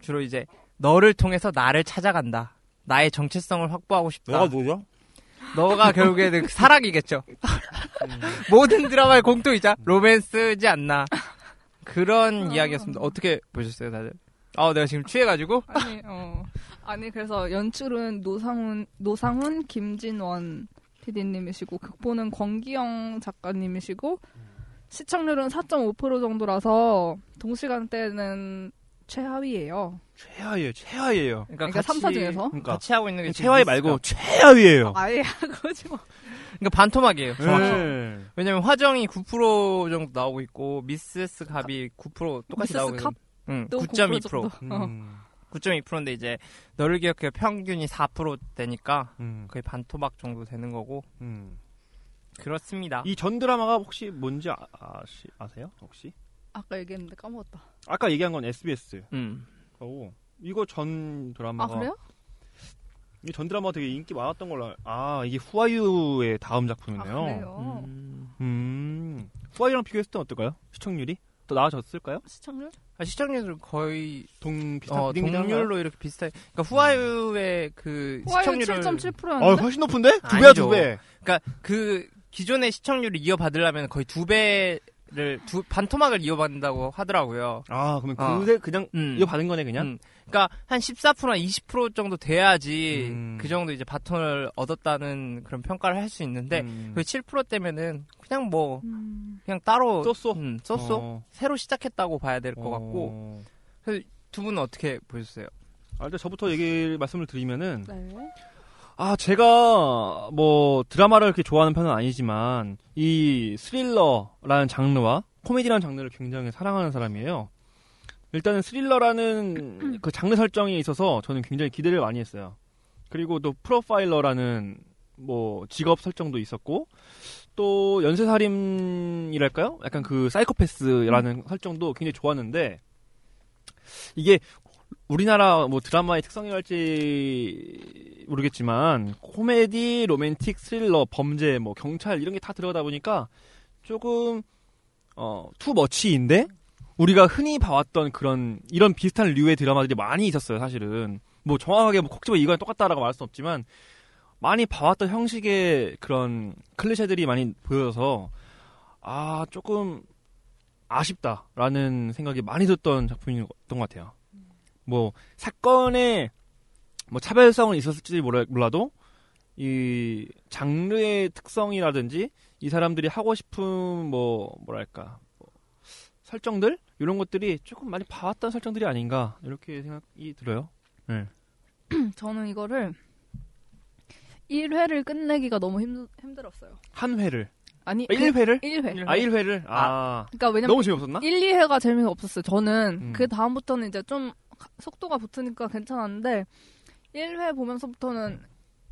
주로 이제 너를 통해서 나를 찾아간다. 나의 정체성을 확보하고 싶다. 너가,
누구야?
결국에는 그 사랑이겠죠. 모든 드라마의 공통이자 로맨스지 않나. 그런 이야기였습니다. 어떻게 보셨어요, 다들? 아, 내가 지금 취해가지고.
아니, 어. 아니, 그래서 연출은 노상훈, 노상훈, 김진원 PD님이시고, 극본은 권기영 작가님이시고, 시청률은 4.5% 정도라서, 동시간대는 최하위예요
최하위에요, 최하위에요.
그러니까 3사 중에서?
그러니까.
같이 하고 있는 게
최하위
재밌을까?
말고 최하위에요.
아예 그러지 마.
그러니까 반토막이에요. 정확히.
네.
왜냐면 화정이 9% 정도 나오고 있고 미세스 갑이 9% 똑같이
미세스
나오고 있고
갑도
응,
또
9.2%
어.
음.
9.2%인데 이제 너를 기억해 평균이 4% 되니까
음.
거의 반토막 정도 되는 거고
음.
그렇습니다.
아. 이 전 드라마가 혹시 뭔지 아, 아시, 아세요? 혹시?
아까 얘기했는데 까먹었다.
아까 얘기한 건 SBS.
음.
고 이거 전
아,
드라마가
그래요?
이 전 드라마 되게 인기 많았던 걸로 알... 아 이게 후아유의 다음
아,
작품이네요.
그래요?
음.
음 후아유랑 비교했을 때 어떨까요? 시청률이 또 나아졌을까요?
시청률?
아, 시청률은 거의
동 비슷한
어,
비등비등한가요?
동률로 이렇게 비슷해. 그러니까 후아유의 그
후아유
시청률을
7.7%였는데?
어 훨씬 높은데 두 배야
아니죠.
두 배.
그러니까 그 기존의 시청률을 이어받으려면 거의 두 배를 두 반토막을 이어받는다고 하더라고요.
아 그러면
아.
그대 그냥
음.
이거 받은 거네 그냥.
음. 그러니까 한 14%나 20% 정도 돼야지
음.
그 정도 이제 바톤을 얻었다는 그런 평가를 할 수 있는데
음.
그 7%대면은 그냥 뭐
음.
그냥 따로
썼어.
음, 썼어.
어.
새로 시작했다고 봐야 될 것 같고
어.
두 분은 어떻게 보셨어요?
아, 일단 저부터 얘기 말씀을 드리면은
네.
아, 제가 뭐 드라마를 그렇게 좋아하는 편은 아니지만 이 스릴러라는 장르와 코미디라는 장르를 굉장히 사랑하는 사람이에요. 일단은 스릴러라는 그 장르 설정에 있어서 저는 굉장히 기대를 많이 했어요. 그리고 또 프로파일러라는 뭐 직업 설정도 있었고 또 연쇄살인이랄까요? 약간 그 사이코패스라는 설정도 굉장히 좋았는데 이게 우리나라 뭐 드라마의 특성이랄지 모르겠지만 코미디, 로맨틱, 스릴러, 범죄, 뭐 경찰 이런 게 다 들어가다 보니까 조금 어투 머치인데 우리가 흔히 봐왔던 그런 이런 비슷한 류의 드라마들이 많이 있었어요 사실은 뭐 정확하게 뭐콕 집어 이거랑 똑같다라고 말할 수는 없지만 많이 봐왔던 형식의 그런 클리셰들이 많이 보여서 아 조금 아쉽다라는 생각이 많이 들었던 작품이었던 것 같아요. 뭐 사건의 뭐 차별성은 있었을지 몰라- 몰라도 이 장르의 특성이라든지 이 사람들이 하고 싶은 뭐 뭐랄까 뭐 설정들 이런 것들이 조금 많이 봐왔던 설정들이 아닌가 이렇게 생각이 들어요.
음, 저는 이거를 1회를 끝내기가 너무 힘, 힘들었어요.
한 회를
아니, 그
아, 1회를
1회.
아 1회를 아,
그러니까 왜냐면
너무 재미없었나?
1, 2회가 재미가 없었어요. 저는
음.
그 다음부터는 이제 좀 가- 속도가 붙으니까 괜찮았는데 1회 보면서부터는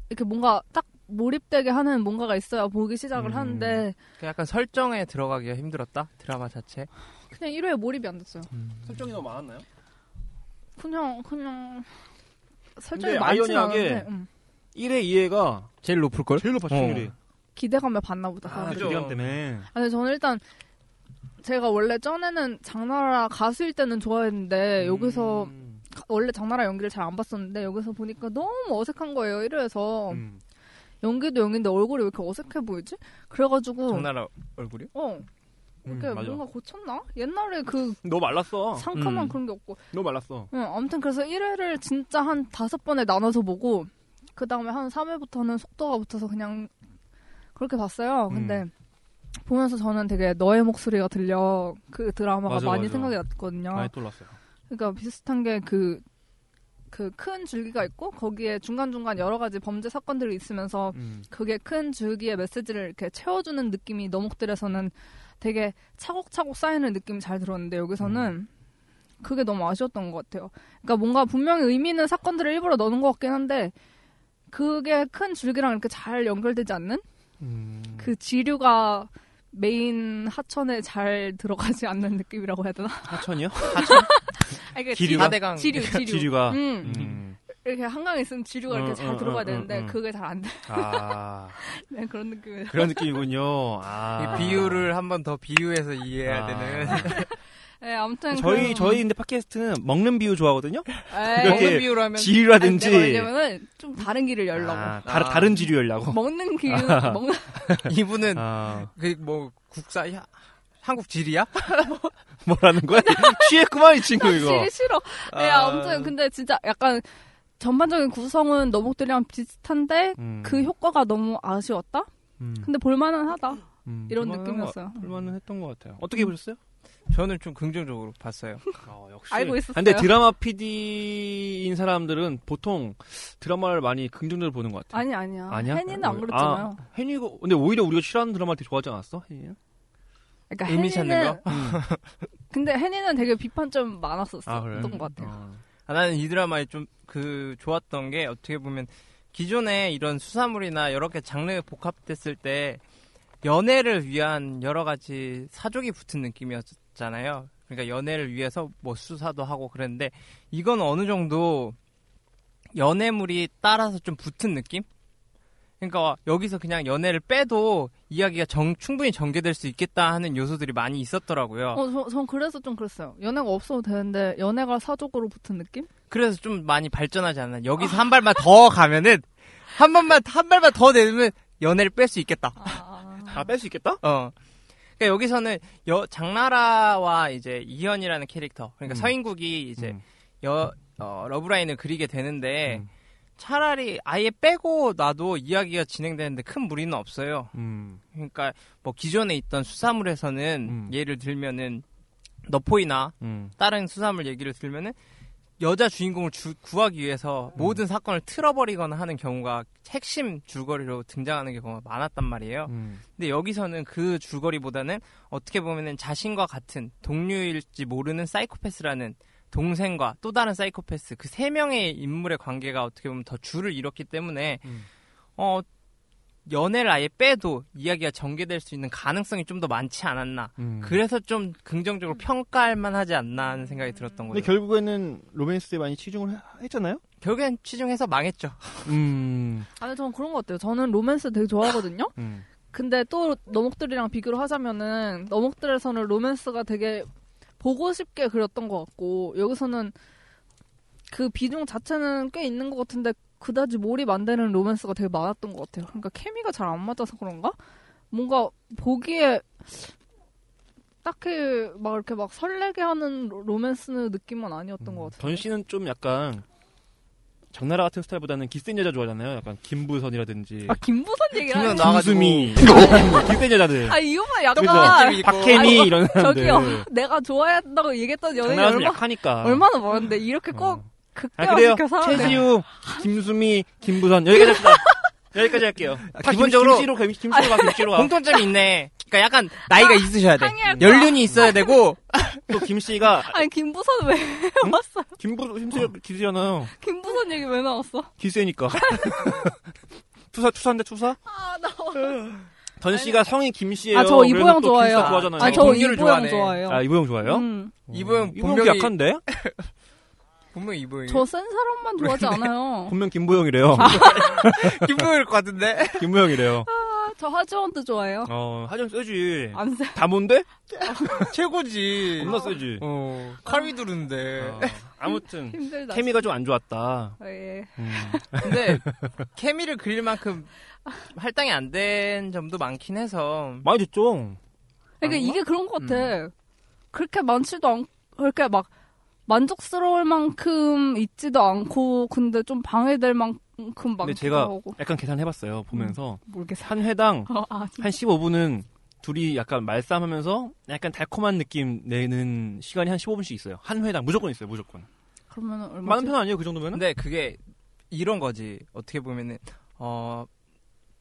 이렇게 뭔가 딱 몰입되게 하는 뭔가가 있어야 보기 시작을
음.
하는데
그 약간 설정에 들어가기가 힘들었다 드라마 자체.
그냥 1회 몰입이 안 됐어요.
설정이 너무 많았나요?
그냥 그냥 설정이
근데
많진
아이러니하게
않은데 음.
1회 2회가 어.
제일 높을 걸?
제일 높았죠 률
기대감에 봤나 보다.
아,
사람들이.
그죠.
기대감 때문에
아니 저는 일단 제가 원래 전에는 장나라 가수일 때는 좋아했는데 네, 여기서
음,
가- 원래 장나라 연기를 잘 안 봤었는데 여기서 보니까 너무 어색한 거예요. 이래서
음.
연기도 연기인데 얼굴이 왜 이렇게 어색해 보이지? 그래가지고
장나라 얼굴이?
어 이게
음, 맞아.
뭔가 고쳤나? 옛날에 그
너 말랐어.
상큼한
음.
그런 게 없고.
너 말랐어.
응, 아무튼 그래서 1회를 진짜 한 다섯 번에 나눠서 보고 그 다음에 한 3회부터는 속도가 붙어서 그냥 그렇게 봤어요.
음.
근데 보면서 저는 되게 너의 목소리가 들려 그 드라마가
맞아,
많이
맞아.
생각이 났거든요.
많이 놀랐어요.
그러니까 비슷한 게 그 그 큰 줄기가 있고 거기에 중간 중간 여러 가지 범죄 사건들이 있으면서
음.
그게 큰 줄기의 메시지를 이렇게 채워주는 느낌이 너목들에서는 되게 차곡차곡 쌓이는 느낌이 잘 들었는데
음.
여기서는 그게 너무 아쉬웠던 것 같아요. 그러니까 뭔가 분명히 의미 있는 사건들을 일부러 넣는 것 같긴 한데 그게 큰 줄기랑 이렇게 잘 연결되지 않는
음.
그 지류가 메인 하천에 잘 들어가지 않는 느낌이라고 해야 되나?
하천이요?
아, 이게
지류가?
사대강.
지류 지류
지류가.
음.
음.
이렇게 한강에 있으면 지류가
어,
이렇게 잘
어,
들어가야
어,
되는데
어, 어.
그게 잘 안 돼.
아
네, 그런 느낌이.
그런 느낌이군요. 아
이 비유를 한 번 더 비유해서 이해해야
아.
되는
네, 아무튼
저희
그런-
저희 근데 팟캐스트는 먹는 비유 좋아하거든요.
에이,
이렇게
먹는 비유로 하면
아니,
지류라든지.
내가 왜냐면은 좀 다른 길을 열려고
아, 어. 다, 다른 지류 열려고.
먹는 길 먹는
이분은
아,
그 뭐 국사 야- 한국 지리야?
뭐라는 거야? 취했구만 이 친구 이거.
길이 싫어. 네,
아.
아무튼 근데 진짜 약간 전반적인 구성은 너목들이랑 비슷한데
음.
그 효과가 너무 아쉬웠다.
음.
근데 볼만하다
음.
이런
볼만한
느낌이었어요.
거- 볼만은 했던 것 같아요. 어떻게 보셨어요?
저는 좀 긍정적으로 봤어요.
아, 역시.
알고 있었어요.
근데 드라마 PD인 사람들은 보통 드라마를 많이 긍정적으로 보는 것 같아요.
아니 아니야.
아니야?
혜니는 안 그랬잖아요.
혜니가 근데 오히려 우리가 싫어하는 드라마를 되게 좋아하지 않았어? 혜니는?
그러니까 음.
의미 찾는 거?
근데 혜니는 되게 비판 좀 많았었던
아, 그래요?
것 같아요.
어.
아, 나는 이 드라마에 좀 그 좋았던 게 어떻게 보면 기존에 이런 수사물이나 여러 개 장르에 복합됐을 때 연애를 위한 여러 가지 사족이 붙은 느낌이었잖아요. 그러니까 연애를 위해서 뭐 수사도 하고 그랬는데 이건 어느 정도 연애물이 따라서 좀 붙은 느낌? 그러니까 여기서 그냥 연애를 빼도 이야기가 정, 충분히 전개될 수 있겠다 하는 요소들이 많이 있었더라고요.
어, 저, 전 그래서 좀 그랬어요. 연애가 없어도 되는데 연애가 사족으로 붙은 느낌?
그래서 좀 많이 발전하지 않나. 여기서 한 발만 더 가면은 한 번만 한 발만 더 내면 연애를 뺄 수 있겠다.
아,
아, 뺄 수 있겠다?
어. 그러니까 여기서는 여 장나라와 이제 이현이라는 캐릭터, 그러니까
음.
서인국이 이제
음.
여 어, 러브라인을 그리게 되는데
음.
차라리 아예 빼고 나도 이야기가 진행되는데 큰 무리는 없어요.
음.
그러니까 뭐 기존에 있던 수사물에서는
음.
예를 들면은 너포이나
음.
다른 수사물 얘기를 들면은 여자 주인공을 주- 구하기 위해서 모든 사건을 틀어버리거나 하는 경우가 핵심 줄거리로 등장하는 경우가 많았단 말이에요.
음.
근데 여기서는 그 줄거리보다는 어떻게 보면은 자신과 같은 동료일지 모르는 사이코패스라는 동생과 또 다른 사이코패스 그 세 명의 인물의 관계가 어떻게 보면 더 줄을 잃었기 때문에
음.
어 연애를 아예 빼도 이야기가 전개될 수 있는 가능성이 좀 더 많지 않았나
음.
그래서 좀 긍정적으로 평가할 만하지 않나 하는 생각이 들었던
근데
거죠.
결국에는 로맨스에 많이 치중을 해- 했잖아요?
결국엔 취중해서 망했죠.
음.
아니 저는 그런 것 같아요. 저는 로맨스 되게 좋아하거든요. 근데 또 너목들이랑 비교를 하자면은 너목들에서는 로맨스가 되게 보고 싶게 그렸던 것 같고 여기서는 그 비중 자체는 꽤 있는 것 같은데 그다지 몰입 안 되는 로맨스가 되게 많았던 것 같아요. 그러니까 케미가 잘 안 맞아서 그런가? 뭔가 보기에 딱히 막 이렇게 막 설레게 하는 로- 로맨스 느낌은 아니었던 것 같아요.
던 씨는 좀 약간 장나라 같은 스타일보다는 기센 여자 좋아하잖아요. 약간 김부선이라든지
아 김부선 얘기를
김부선
하는
나- 나와가지고.
김수미, 기센 여자들,
아 이거만
그래서
약간
박혜미 이런 사람들.
저기요 내가 좋아한다고 얘기했던 연예인
장나라 좀
얼마
약하니까.
얼마나 많은데 이렇게 꼭
아. 어. 아 그래요.
극대화시켜서 네.
최지우, 김수미, 김부선 여기까지 합시다. 여기까지 할게요. 다
기본적으로-
아, 김, 김씨로 가, 김씨로 가, 김씨로 가.
공통점이 있네. 그러니까 약간 나이가 있으셔야 돼.
항의할 거야.
연륜이 있어야 되고
또 김씨가
아니 김부선 왜 왔어?
김부 김씨 기세잖아요.
김부선 얘기 왜 나왔어?
기세니까. 투사 투사인데 투사?
아 나와.
던 씨가 성이 김씨예요.
아저
그래서
이보영
또
좋아해요.
김씨 좋아하잖아요.
아니,
아저
동료를
이보영
좋아하네.
좋아해요.
아, 이보영 좋아해요?
음.
이보영
이보영
본명이-
약한데?
분명 히 이보영.
저센 사람만 좋아하지 않아요.
본명 김보영이래요.
김보일 것 같은데.
김보영이래요.
아, 저 하지원도 좋아해요.
어, 하정 써지.
안 세.
다 뭔데?
아.
최고지.
겁나 써지.
어. 칼위 두른데.
어, 아무튼
네. 힘들다.
케미가 좀 안 좋았다.
아, 예.
음.
근데 케미를 그릴 만큼 할당이 안 된 점도 많긴 해서
많이 됐죠.
그러니까
그런가?
이게 그런 것 같아.
음.
그렇게 많지도 않고, 그렇게 막 만족스러울 만큼 있지도 않고, 근데 좀 방해될 만큼 많기도
제가-
하고.
약간 계산해봤어요 보면서
음.
모르겠어.
한 회당
어, 아, 진짜.
한 15분은 둘이 약간 말싸움하면서 약간 달콤한 느낌 내는 시간이 한 15분씩 있어요. 한 회당 무조건 있어요, 무조건.
그러면 얼마
많은 편 아니에요, 그 정도면은?
근데 그게 이런 거지. 어떻게 보면은 어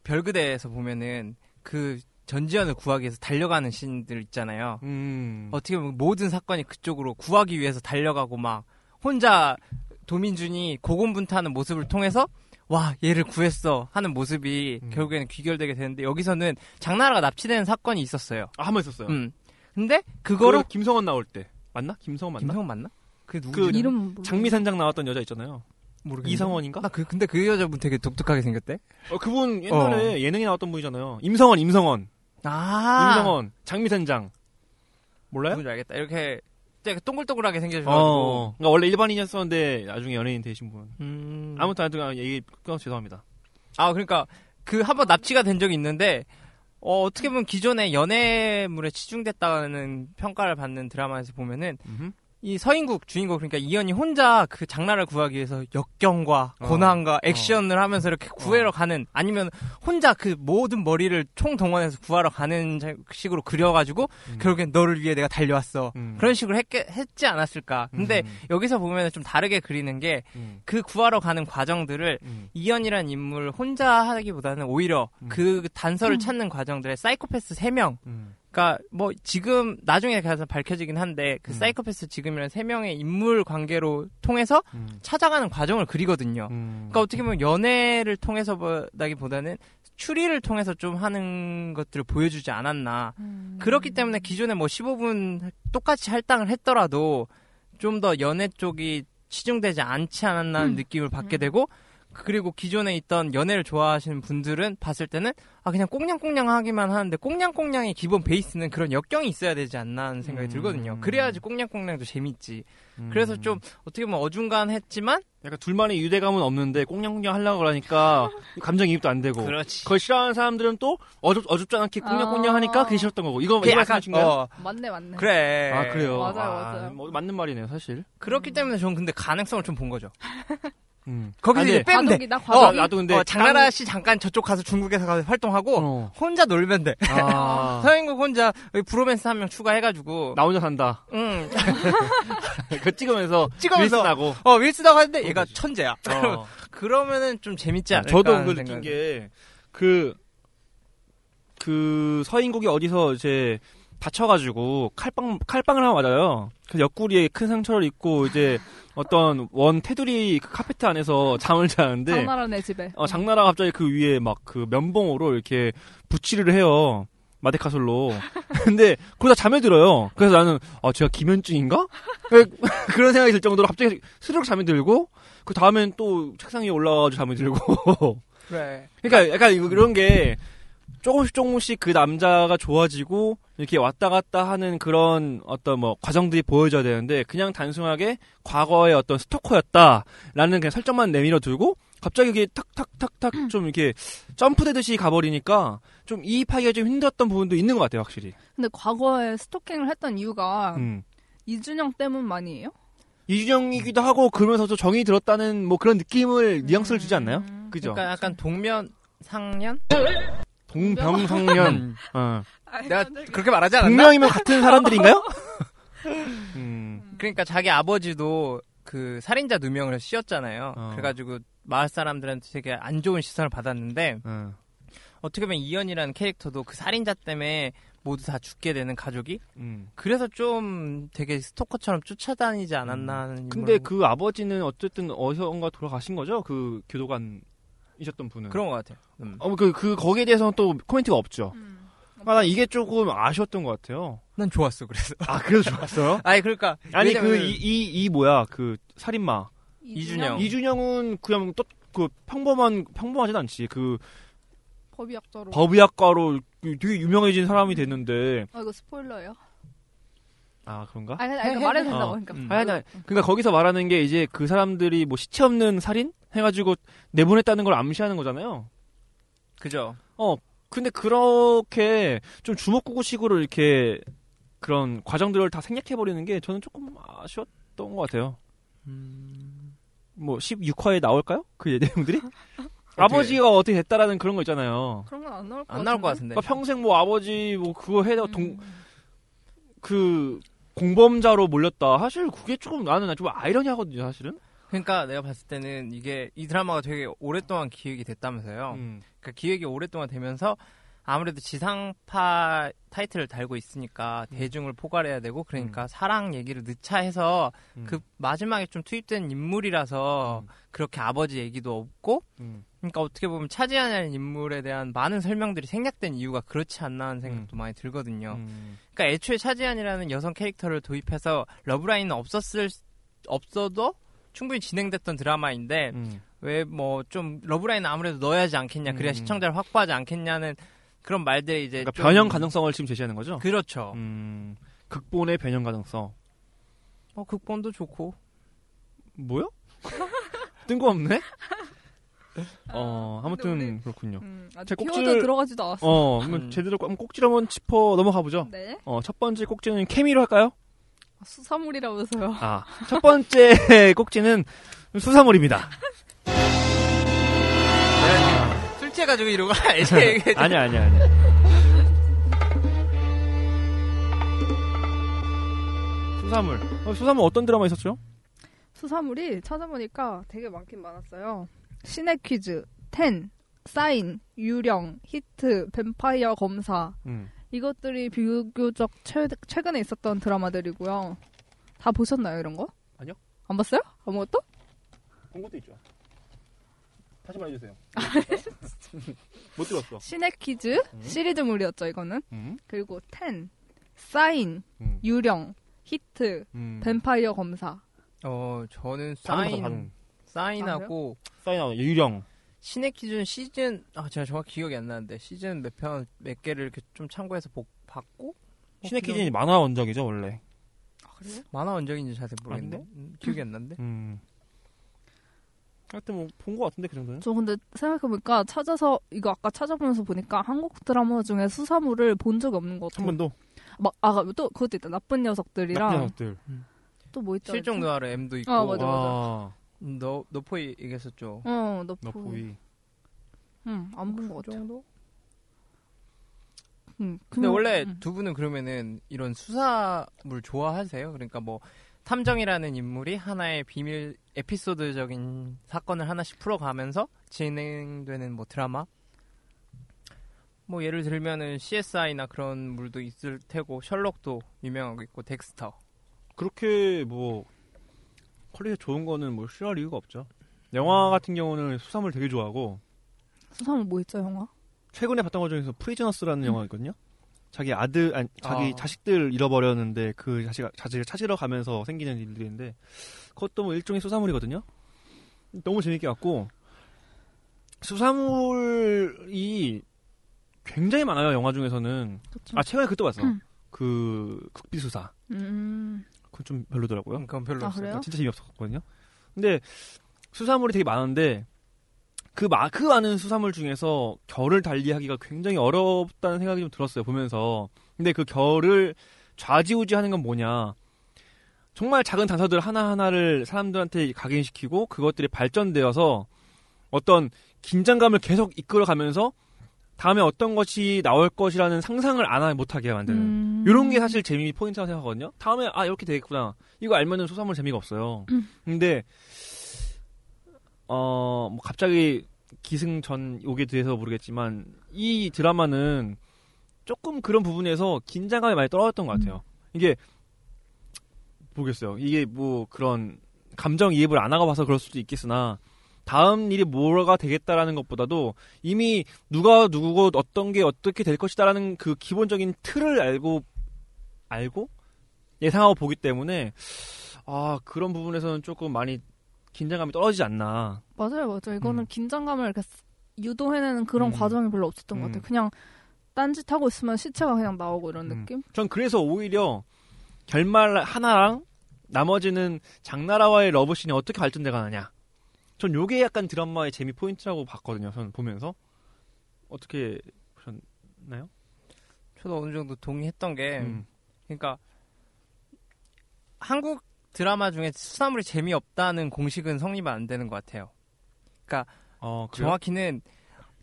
별그대에서 보면은 그 전지현을 구하기 위해서 달려가는 신들 있잖아요.
음.
어떻게 보면 모든 사건이 그쪽으로 구하기 위해서 달려가고 막 혼자 도민준이 고군분투하는 모습을 통해서 와 얘를 구했어 하는 모습이
음.
결국에는 귀결되게 되는데 여기서는 장나라가 납치된 사건이 있었어요.
아, 한 번 있었어요.
음. 근데
그거를
그거를
김성원 나올 때. 맞나? 김성원 맞나?
김성훈 맞나? 그 누구
그
이름 모르겠어.
장미산장 나왔던 여자 있잖아요. 이성원인가?
나그 근데 그 여자분 되게 독특하게 생겼대.
어, 그분 옛날에 예능에 나왔던 분이잖아요. 임성원, 임성원.
아 어.
임성원, 장미산장. 몰라요?
누군지 알겠다. 이렇게 되게 동글동글하게
어,
생겨가지고.
어. 그러니까 원래 일반인이었었는데 나중에 연예인 되신 분.
음.
아무튼 아무튼 얘기 끊어 죄송합니다.
아 그러니까 그 한 번 납치가 된 적이 있는데 어, 어떻게 보면 기존의 연애물에 치중됐다는 평가를 받는 드라마에서 보면은 이 서인국 주인공 그러니까 이연이 혼자 그 장나라를 구하기 위해서 역경과
어.
고난과 액션을 하면서 이렇게 구하러 가는 아니면 혼자 그 모든 머리를 총 동원해서 구하러 가는 자- 식으로 그려가지고
음.
결국엔 너를 위해 내가 달려왔어
음.
그런 식으로 했겠, 했지 않았을까 근데
음.
여기서 보면 좀 다르게 그리는 게 그
음.
구하러 가는 과정들을
음.
이연이란 인물 혼자 하기보다는 오히려
음.
그 단서를
음.
찾는 과정들에 사이코패스 3명
음.
그러니까 뭐 지금 나중에 가서 밝혀지긴 한데 그
음.
사이코패스 지금이라는 3명의 인물 관계로 통해서
음.
찾아가는 과정을 그리거든요.
음.
그러니까 어떻게 보면 연애를 통해서보다기보다는 추리를 통해서 좀 하는 것들을 보여주지 않았나.
음.
그렇기 때문에 기존에 뭐 15분 똑같이 할당을 했더라도 좀 더 연애 쪽이 치중되지 않지 않았나는
음.
느낌을 받게 되고 그리고 기존에 있던 연애를 좋아하시는 분들은 봤을 때는 아 그냥 꽁냥꽁냥 하기만 하는데 꽁냥꽁냥의 기본 베이스는 그런 역경이 있어야 되지 않나 하는 생각이
음.
들거든요. 그래야지 꽁냥꽁냥도 재밌지.
음.
그래서 좀 어떻게 보면 어중간했지만
약간 둘만의 유대감은 없는데 꽁냥꽁냥 하려고 하니까 감정이입도 안 되고
그렇지.
그걸 싫어하는 사람들은 또 어줍, 어줍지 않게
아.
꽁냥꽁냥 하니까 그게 싫었던 거고 이거
그게
이
약간
말씀하신 거예요?
어,
맞네 맞네.
그래.
아 그래요
맞아요,
아,
맞아요.
뭐 맞는 말이네요 사실
음.
그렇기 때문에 저는 근데 가능성을 좀 본 거죠.
음.
거기서
아니,
이제 빼면 돼.
과도기 나
나-
과도기.
나도 근데
어, 장나라 씨 잠깐 저쪽 가서 중국에서 가서 활동하고
어.
혼자 놀면 돼.
아,
서인국 혼자 여기 브로맨스 한 명 추가해가지고
나 혼자 산다
음.
그 찍으면서 밀스
찍으면서.
나고
어 윌스다고 하는데 얘가
그거지.
천재야.
어.
그러면은 좀 재밌지 않을까?
저도 그
하는
느낀
생각이-
게그 그 서인국이 어디서 이제 다쳐가지고 칼빵 칼빵을 하고 맞아요. 그 옆구리에 큰 상처를 입고 이제 어떤 원 테두리 그 카페트 안에서 잠을 자는데
장나라네 집에.
어, 장나라 갑자기 그 위에 막 그 면봉으로 이렇게 부치를 해요. 마데카솔로. 근데 그러다 잠에 들어요. 그래서 나는 아 제가 기면증인가? 그런 생각이 들 정도로 갑자기 스르륵 잠이 들고 그 다음엔 또 책상 위에 올라가서 잠이 들고.
그래.
그러니까 약간 이거 그런 게 조금씩 조금씩 그 남자가 좋아지고 이렇게 왔다 갔다 하는 그런 어떤 뭐 과정들이 보여져야 되는데 그냥 단순하게 과거의 어떤 스토커였다라는 그냥 설정만 내밀어 들고 갑자기 이게
음.
탁탁탁탁 좀 이렇게 점프되듯이 가버리니까 좀 이입하기가 좀 힘들었던 부분도 있는 것 같아요 확실히.
근데 과거에 스토킹을 했던
아.
이유가
음.
이준영 때문만이에요?
이준영이기도 하고 그러면서도 정이 들었다는 뭐 그런 느낌을 뉘앙스를 주지 않나요?
음.
그죠?
그러니까 약간 동면 상년?
동병상련.
음.
어.
내가 그렇게 말하지 않았나?
동명이면 같은 사람들인가요? 음.
그러니까 자기 아버지도 그 살인자 누명을 씌웠잖아요.
어.
그래가지고 마을 사람들한테 되게 안 좋은 시선을 받았는데
응.
어떻게 보면 이연이라는 캐릭터도 그 살인자 때문에 모두 다 죽게 되는 가족이
음.
그래서 좀 되게 스토커처럼 쫓아다니지 않았나 하는
근데
인물로-
그 아버지는 어쨌든 어디선가 돌아가신 거죠? 그 교도관이셨던 분은.
그런 것 같아요. 음.
어, 그, 그, 거기에 대해서는 또 코멘트가 없죠.
음.
아, 난 이게 조금 아쉬웠던 것 같아요.
난 좋았어 그래서.
아, 그래서 좋았어요?
아니 그러니까
아니, 그,
왜냐면은
이, 이, 이 뭐야, 그, 살인마.
이준영. 어.
이준영은 그냥 또, 그, 평범한, 평범하진 않지. 그,
법의학자로.
법의학과로 되게 유명해진 사람이 됐는데.
아 이거 스포일러예요.
아, 그런가?
아, 아니, 그러니까 말해도
어.
된다고 그러니까.
음.
아니, 아니, 그러니까 거기서 말하는 게 이제 그 사람들이 뭐 시체 없는 살인? 해가지고 내보냈다는 걸 암시하는 거잖아요.
그죠.
근데 그렇게 좀 주먹구구식으로 이렇게 그런 과정들을 다 생략해버리는 게 저는 조금 아쉬웠던 것 같아요. 뭐 16화에 나올까요? 그 내용들이? 아버지가 어떻게 됐다라는 그런 거 있잖아요.
그런 건 안 나올 것
안 나올 것 같은데.
그러니까 평생 뭐 아버지 뭐 그거 해다 동,
음.
그 공범자로 몰렸다. 사실 그게 조금 나는 좀 아이러니하거든요, 사실은.
그러니까 내가 봤을 때는 이게 이 드라마가 되게 오랫동안 기획이 됐다면서요.
음.
그러니까 기획이 오랫동안 되면서 아무래도 지상파 타이틀을 달고 있으니까
음.
대중을 포괄해야 되고 그러니까 사랑 얘기를 늦차 해서
음.
그 마지막에 좀 투입된 인물이라서
음.
그렇게 아버지 얘기도 없고
음.
그러니까 어떻게 보면 차지하는 인물에 대한 많은 설명들이 생략된 이유가 그렇지 않나 하는 생각도 많이 들거든요.
음.
그러니까 애초에 차지안이라는 여성 캐릭터를 도입해서 러브라인은 없었을 없어도 충분히 진행됐던 드라마인데
음.
왜 뭐 좀 러브라인 아무래도 넣어야지 않겠냐 그래야
음.
시청자를 확보하지 않겠냐는 그런 말들이 이제
그러니까
좀-
변형 가능성을 지금 제시하는 거죠?
그렇죠.
음, 극본의 변형 가능성.
어, 극본도 좋고
뭐야? 뜬금없네? 어,
아, 근데
아무튼 그렇군요.
음,
제
아직
꼭지를-
키워드 들어가지도 않았어.
어, 한번
음.
제대로 한번 꼭지를 한번 짚어 넘어가 보죠.
네. 아,
어, 첫 번째 꼭지는 케미로 할까요?
수사물이라면서요.
아, 첫 번째 꼭지는 수사물입니다. 아.
술 취해가지고 이러고
네.
애초에 얘기해
아니야, 아니야, 아니야. 수사물. 어, 수사물 어떤 드라마 있었죠?
수사물이 찾아보니까 되게 많긴 많았어요. 시내 퀴즈, 텐, 사인, 유령, 히트, 뱀파이어 검사
음.
이것들이 비교적 최, 최근에 있었던 드라마들이고요. 다 보셨나요 이런 거?
아니요.
안 봤어요? 아무것도?
본 것도 있죠. 다시 말해주세요.
아,
못 들었어.
시내 퀴즈 시리즈물이었죠 이거는.
음.
그리고 텐, 사인,
음.
유령, 히트,
음. 아,
뱀파이어 검사.
어 저는
다른 거다,
사인
다른.
사인하고
사인하고
어,
유령.
신의 기준 시즌 아 제가 정확히 기억이 안 나는데 시즌 몇 편 몇 개를 이렇게 좀 참고해서 복, 봤고 뭐
신의
그냥
키즈는 만화 원작이죠 원래.
만화 원작인지 잘 모르겠네
아닌데?
음, 기억이 안 나는데
음. 하여튼 뭐 본 것 같은데 그 정도는.
저 근데 생각해보니까 찾아서 이거 아까 찾아보면서 보니까 한국 드라마 중에 수사물을 본 적이 없는 것 같아요.
한 번도.
막아또 그것도 있다. 나쁜 녀석들이랑
나쁜 녀석들.
또 뭐 있더라?
음.
실종 노아르 M도 있고
어, 맞아, 맞아.
아,
음, 너 너포이 얘기했었죠
어, 너
너
보이.
보이.
응, 안 본 것
그
같아.
정도?
응.
근데
그냥-
원래
응.
두 분은 그러면은 이런 수사물 좋아하세요? 그러니까 뭐 탐정이라는 인물이 하나의 비밀 에피소드적인 사건을 하나씩 풀어가면서 진행되는 뭐 드라마 뭐 예를 들면은 CSI나 그런 물도 있을 테고 셜록도 유명하고 있고 덱스터
그렇게 뭐 퀄리티 좋은 거는 뭐 싫어할 이유가 없죠.
음.
영화 같은 경우는 수사물 되게 좋아하고
수사물 뭐 있죠, 영화?
최근에 봤던 것 중에서
음.
프리저너스라는 영화 있거든요. 자기 아들 아니 자기
아.
자식들 잃어버렸는데 그 자식 자식을 찾으러 가면서 생기는 일들인데 그것도 뭐 일종의 수사물이거든요. 너무 재밌게 봤고 수사물이 굉장히 많아요 영화 중에서는
그쵸.
아 최근에 그것도 봤어 그 극비수사
음.
그건 좀 별로더라고요
음, 그건 별로
아,
없어요.
그래요?
그러니까 진짜 재미없었거든요 근데 수사물이 되게 많은데 그, 마, 그 많은 수사물 중에서 결을 달리하기가 굉장히 어렵다는 생각이 좀 들었어요 보면서 근데 그 결을 좌지우지하는 건 뭐냐 정말 작은 단서들 하나하나를 사람들한테 각인시키고 그것들이 발전되어서 어떤 긴장감을 계속 이끌어가면서 다음에 어떤 것이 나올 것이라는 상상을 안 하- 못하게 만드는
음.
이런 네. 게 사실 재미 포인트라고 생각하거든요. 다음에 아 이렇게 되겠구나. 이거 알면은 소사물 재미가 없어요. 근데 어뭐 갑자기 기승전 오게 돼서 모르겠지만 이 드라마는 조금 그런 부분에서 긴장감이 많이 떨어졌던 것 같아요. 이게 모르겠어요. 이게 뭐 그런 감정 이입을 안 하고 봐서 그럴 수도 있겠으나 다음 일이 뭐가 되겠다라는 것보다도 이미 누가 누구고 어떤 게 어떻게 될 것이다라는 그 기본적인 틀을 알고 알고 예상하고 보기 때문에 아 그런 부분에서는 조금 많이 긴장감이 떨어지지 않나.
맞아요, 맞아요. 이거는
음.
긴장감을 이렇게 쓰- 유도해내는 그런
음.
과정이 별로 없었던 것 같아요.
음.
그냥 딴짓 하고 있으면 시체가 그냥 나오고 이런
음.
느낌?
전 그래서 오히려 결말 하나랑 나머지는 장나라와의 러브씬이 어떻게 발전돼 가느냐. 전 요게 약간 드라마의 재미 포인트라고 봤거든요. 저는 보면서 어떻게 보셨나요?
저도 어느 정도 동의했던 게
음.
그러니까 한국 드라마 중에 수사물이 재미없다는 공식은 성립이 안 되는 것 같아요.
어, 그래요?
정확히는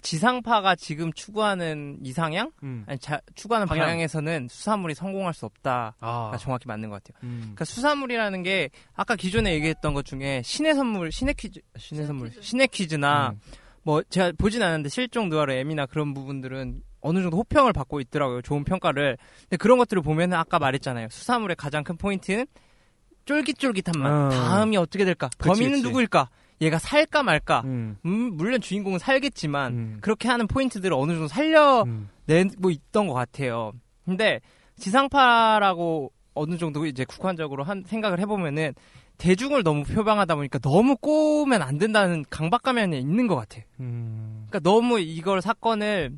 지상파가 지금 추구하는 이상향
음.
아니 자- 추구하는
방향.
방향. 에서는 수사물이 성공할 수 없다가
아,
정확히 맞는 것 같아요.
음.
그렇죠. 그러니까 수사물이라는 게 아까 기존에 얘기했던 것 중에 신의 선물, 신의 퀴즈, 신의 선물,
퀴즈.
신의 퀴즈나
음.
뭐 제가 보진 않았는데 실종 누아르 M이나 그런 부분들은 어느 정도 호평을 받고 있더라고요. 좋은 평가를. 근데 그런 것들을 보면은 아까 말했잖아요. 수사물의 가장 큰 포인트는 쫄깃쫄깃한 맛.
아.
다음이 어떻게 될까?
그치,
범인은
그치.
누구일까? 얘가 살까 말까?
음.
음, 물론 주인공은 살겠지만
음.
그렇게 하는 포인트들을 어느 정도 살려
음.
내고 있던 것 같아요. 근데 지상파라고 어느 정도 이제 국한적으로 한 생각을 해보면은 대중을 너무 표방하다 보니까 너무 꼬우면 안 된다는 강박감이 있는 것 같아.
음.
그러니까 너무 이걸 사건을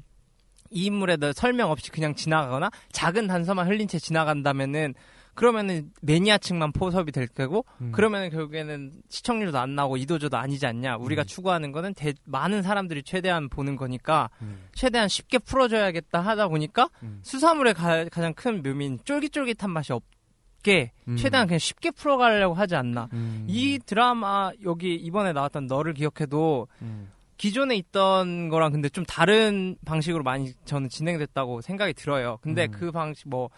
이 인물에 대해 설명 없이 그냥 지나가거나 작은 단서만 흘린 채 지나간다면은 그러면은 매니아층만 포섭이 될 거고
음.
그러면은 결국에는 시청률도 안 나오고 이도저도 아니지 않냐. 우리가
음.
추구하는 거는 대- 많은 사람들이 최대한 보는 거니까
음.
최대한 쉽게 풀어줘야겠다 하다 보니까
음.
수사물의 가, 장큰 묘미인 쫄깃쫄깃한 맛이 없게
음.
최대한 그냥 쉽게 풀어가려고 하지 않나.
음.
이 드라마 여기 이번에 나왔던 너를 기억해도
음.
기존에 있던 거랑 근데 좀 다른 방식으로 많이 저는 진행됐다고 생각이 들어요. 근데
음.
그 방식 뭐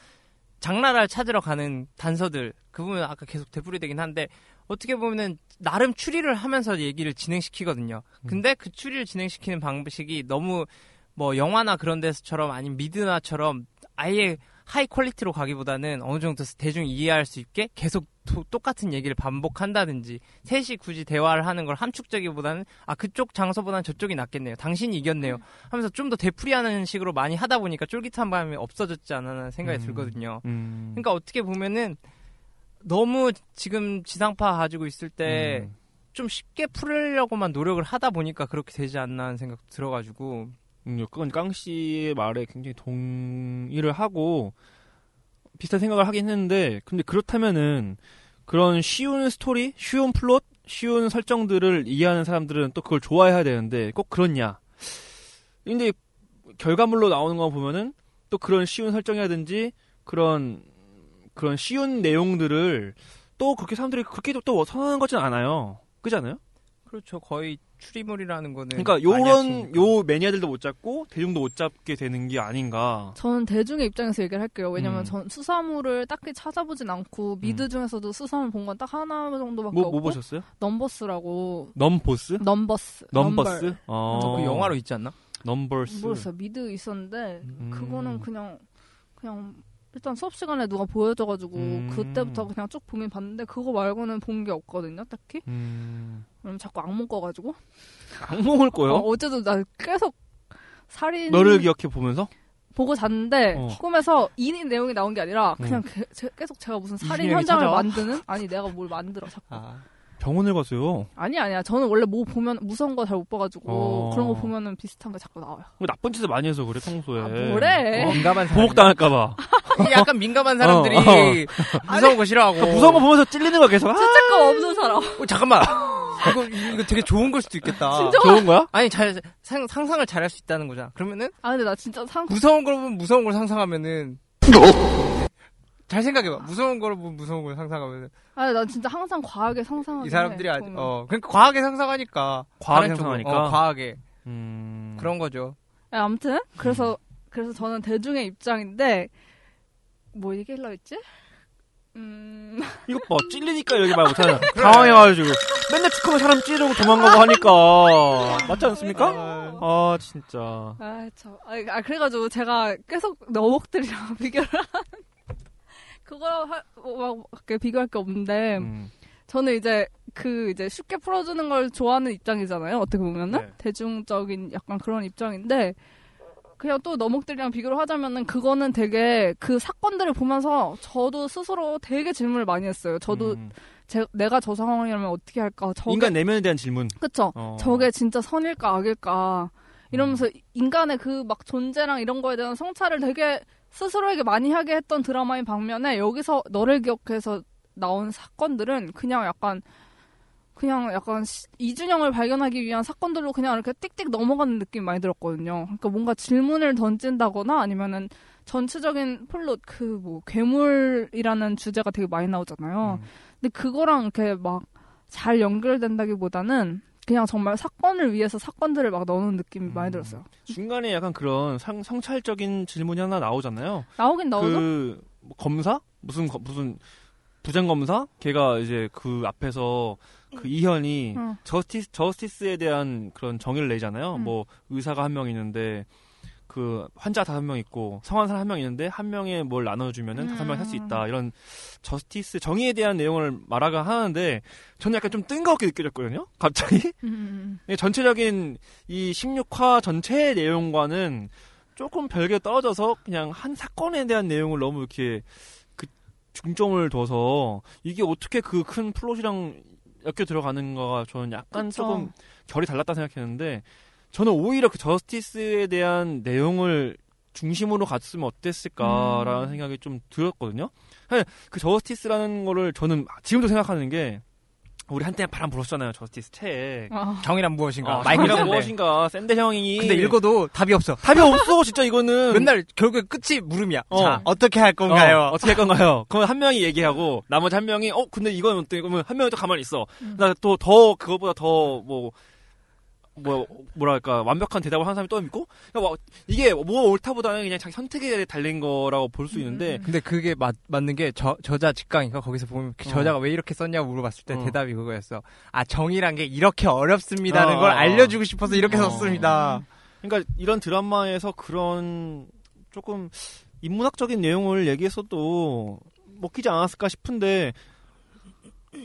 장나라를 찾으러 가는 단서들 그 부분은 아까 계속 되풀이되긴 한데 어떻게 보면은 나름 추리를 하면서 얘기를 진행시키거든요. 근데 그 추리를 진행시키는 방식이 너무 뭐 영화나 그런 데서처럼 아니면 미드나처럼 아예 하이 퀄리티로 가기보다는 어느 정도 대중이 이해할 수 있게 계속 도- 똑같은 얘기를 반복한다든지 셋이 굳이 대화를 하는 걸 함축적이보다는 아 그쪽 장소보다는 저쪽이 낫겠네요. 당신이 이겼네요.
음.
하면서 좀 더 되풀이하는 식으로 많이 하다 보니까 쫄깃한 감이 없어졌지 않나 하는 생각이
음.
들거든요.
음.
그러니까 어떻게 보면은 너무 지금 지상파 가지고 있을 때
음.
좀 쉽게 풀으려고만 노력을 하다 보니까 그렇게 되지 않나 하는 생각 들어가지고
음, 그건 깡 씨의 말에 굉장히 동의를 하고 비슷한 생각을 하긴 했는데 근데 그렇다면은 그런 쉬운 스토리, 쉬운 플롯, 쉬운 설정들을 이해하는 사람들은 또 그걸 좋아해야 되는데 꼭 그렇냐? 근데 결과물로 나오는 거 보면은 또 그런 쉬운 설정이라든지 그런 그런 쉬운 내용들을 또 그렇게 사람들이 그렇게 또 선호하는 거진 않아요. 그지 않아요?
그렇죠. 거의 추리물이라는 거는
그러니까
많이
요런
하시니까.
요 매니아들도 못 잡고 대중도 못 잡게 되는 게 아닌가.
저는 대중의 입장에서 얘기를 할게요. 왜냐면
음.
전 수사물을 딱히 찾아보진 않고 미드 중에서도 수사물 본 건 딱 하나 정도밖에
뭐 뭐
없고
보셨어요?
넘버스라고
넘보스?
넘버스
넘버스?
어,
어.
그 영화로 있지 않나?
넘버스.
모르겠어요. 미드 있었는데
음.
그거는 그냥 그냥 일단 수업 시간에 누가 보여줘가지고
음.
그때부터 그냥 쭉 보긴 봤는데 그거 말고는 본 게 없거든요. 딱히
음.
그럼 자꾸 악몽 꿔가지고
악몽을 꿔요?
어, 제도나 계속 살인
너를 기억해 보면서?
보고 잤는데
어.
꿈에서 이 내용이 나온 게 아니라 그냥
음.
게- 제- 계속 제가 무슨
이
살인
내용이
현장을
찾아와?
만드는 아니 내가 뭘 만들어 자꾸
아,
병원을 가세요.
아니 아니야 저는 원래 뭐 보면 무서운 거 잘 못 봐가지고
어.
그런 거 보면은 비슷한 게 자꾸 나와요.
그 나쁜 짓을 많이 해서 그래 평소에. 어.
아, 뭐래?
민감한 어. 사람.
보복 당할까 봐.
약간 민감한 사람들이
어, 어.
무서운 거 싫어하고.
무서운 거 보면서 찔리는 거 계속. 아,
잠깐 없는 사람.
어, 잠깐만. 이거 이거 되게 좋은 걸 수도 있겠다.
좋은 거야?
아니 잘 상, 상상을 잘 할 수 있다는 거잖아. 그러면은
아 근데 나 진짜 상
무서운 걸 보면 무서운 걸 상상하면은 잘 생각해봐. 무서운 걸 보면 무서운 걸 상상하면은
아니 난 진짜 항상 과하게 상상하는
이 사람들이 아, 어 그러니까 과하게 상상하니까
과하게
다른 쪽으로.
상상하니까?
어, 과하게
음.
그런 거죠.
네, 아무튼 그래서 그래서 저는 대중의 입장인데 뭐 얘기하려 했지? 음
이거 봐 찔리니까 이렇게 말 못하잖아. 당황해가지고 맨날 축구면 사람 찌르고 도망가고 하니까 맞지 않습니까?
아,
아 진짜.
아, 참. 아, 아, 그래가지고 제가 계속 너목들이랑 비교를 하는 그거랑 하, 뭐, 밖에 비교할 게 없는데
음.
저는 이제 그 이제 쉽게 풀어주는 걸 좋아하는 입장이잖아요. 어떻게 보면은
네.
대중적인 약간 그런 입장인데 그냥 또 너목들이랑 비교를 하자면은 그거는 되게 그 사건들을 보면서 저도 스스로 되게 질문을 많이 했어요. 저도
음.
제, 내가 저 상황이라면 어떻게 할까? 저게
인간 내면에 대한 질문.
그쵸?
어.
저게 진짜 선일까 악일까 이러면서 인간의 그 막 존재랑 이런 거에 대한 성찰을 되게 스스로에게 많이 하게 했던 드라마인 반면에 여기서 너를 기억해서 나온 사건들은 그냥 약간
그냥 약간 시- 이준영을 발견하기 위한 사건들로 그냥 이렇게 띡띡 넘어가는 느낌이 많이 들었거든요. 그러니까 뭔가 질문을 던진다거나 아니면은 전체적인 플롯 그 뭐 괴물이라는 주제가 되게 많이 나오잖아요.
음.
근데 그거랑 이렇게 막 잘 연결된다기보다는 그냥 정말 사건을 위해서 사건들을 막 넣는 느낌이 많이
음.
들었어요.
중간에 약간 그런 상, 성찰적인 질문이 하나 나오잖아요.
나오긴 나오죠.
그뭐 검사 무슨 거- 무슨 부장 검사 걔가 이제 그 앞에서
음.
그 이현이
어.
저스티스 저스티스에 대한 그런 정의를 내잖아요.
음.
뭐 의사가 한 명 있는데 그 환자 다섯 명 있고 성환사 한 명 있는데 한 명에 뭘 나눠주면은 다섯 명이 살 수 있다 이런 저스티스 정의에 대한 내용을 말하가 하는데 저는 약간 좀 뜬금없게 느껴졌거든요. 갑자기
음.
근데 네, 전체적인 이 16화 전체의 내용과는 조금 별개 떨어져서 그냥 한 사건에 대한 내용을 너무 이렇게 그 중점을 둬서 이게 어떻게 그 큰 플롯이랑 엮여 들어가는가가 저는 약간
그쵸.
조금 결이 달랐다 생각했는데 저는 오히려 그 저스티스에 대한 내용을 중심으로 갔으면 어땠을까라는
음.
생각이 좀 들었거든요. 사실 그 저스티스라는 거를 저는 지금도 생각하는 게 우리 한때 바람 불었잖아요. 저스티스 책.
아,
정의란 어, 무엇인가?
아,
마이클
정의란
샌데.
무엇인가 샌델 형이
근데 읽어도 답이 없어.
답이 없어 진짜 이거는
맨날 결국에 끝이 물음이야.
음. 어.
자, 어떻게 할
어,
건가요?
어떻게 할 건가요? 그러면 한 명이 얘기하고 나머지 한 명이 어 근데 이건 어때? 그러면 한 명이 또 가만히 있어. 나 또 더 그것보다 더 뭐 뭐, 뭐랄까, 완벽한 대답을 하는 사람이 또 있고, 그러니까 뭐, 이게 뭐 옳다보다는 그냥 자기 선택에 달린 거라고 볼 수 있는데,
근데 그게 맞, 맞는 게 저, 저자 직강인가 거기서 보면 그
어.
저자가 왜 이렇게 썼냐고 물어봤을 때
어.
대답이 그거였어. 아 정의란 게 이렇게 어렵습니다는
어.
걸 알려주고 싶어서 음. 이렇게
어.
썼습니다.
그러니까 이런 드라마에서 그런 조금 인문학적인 내용을 얘기했어도 먹히지 않았을까 싶은데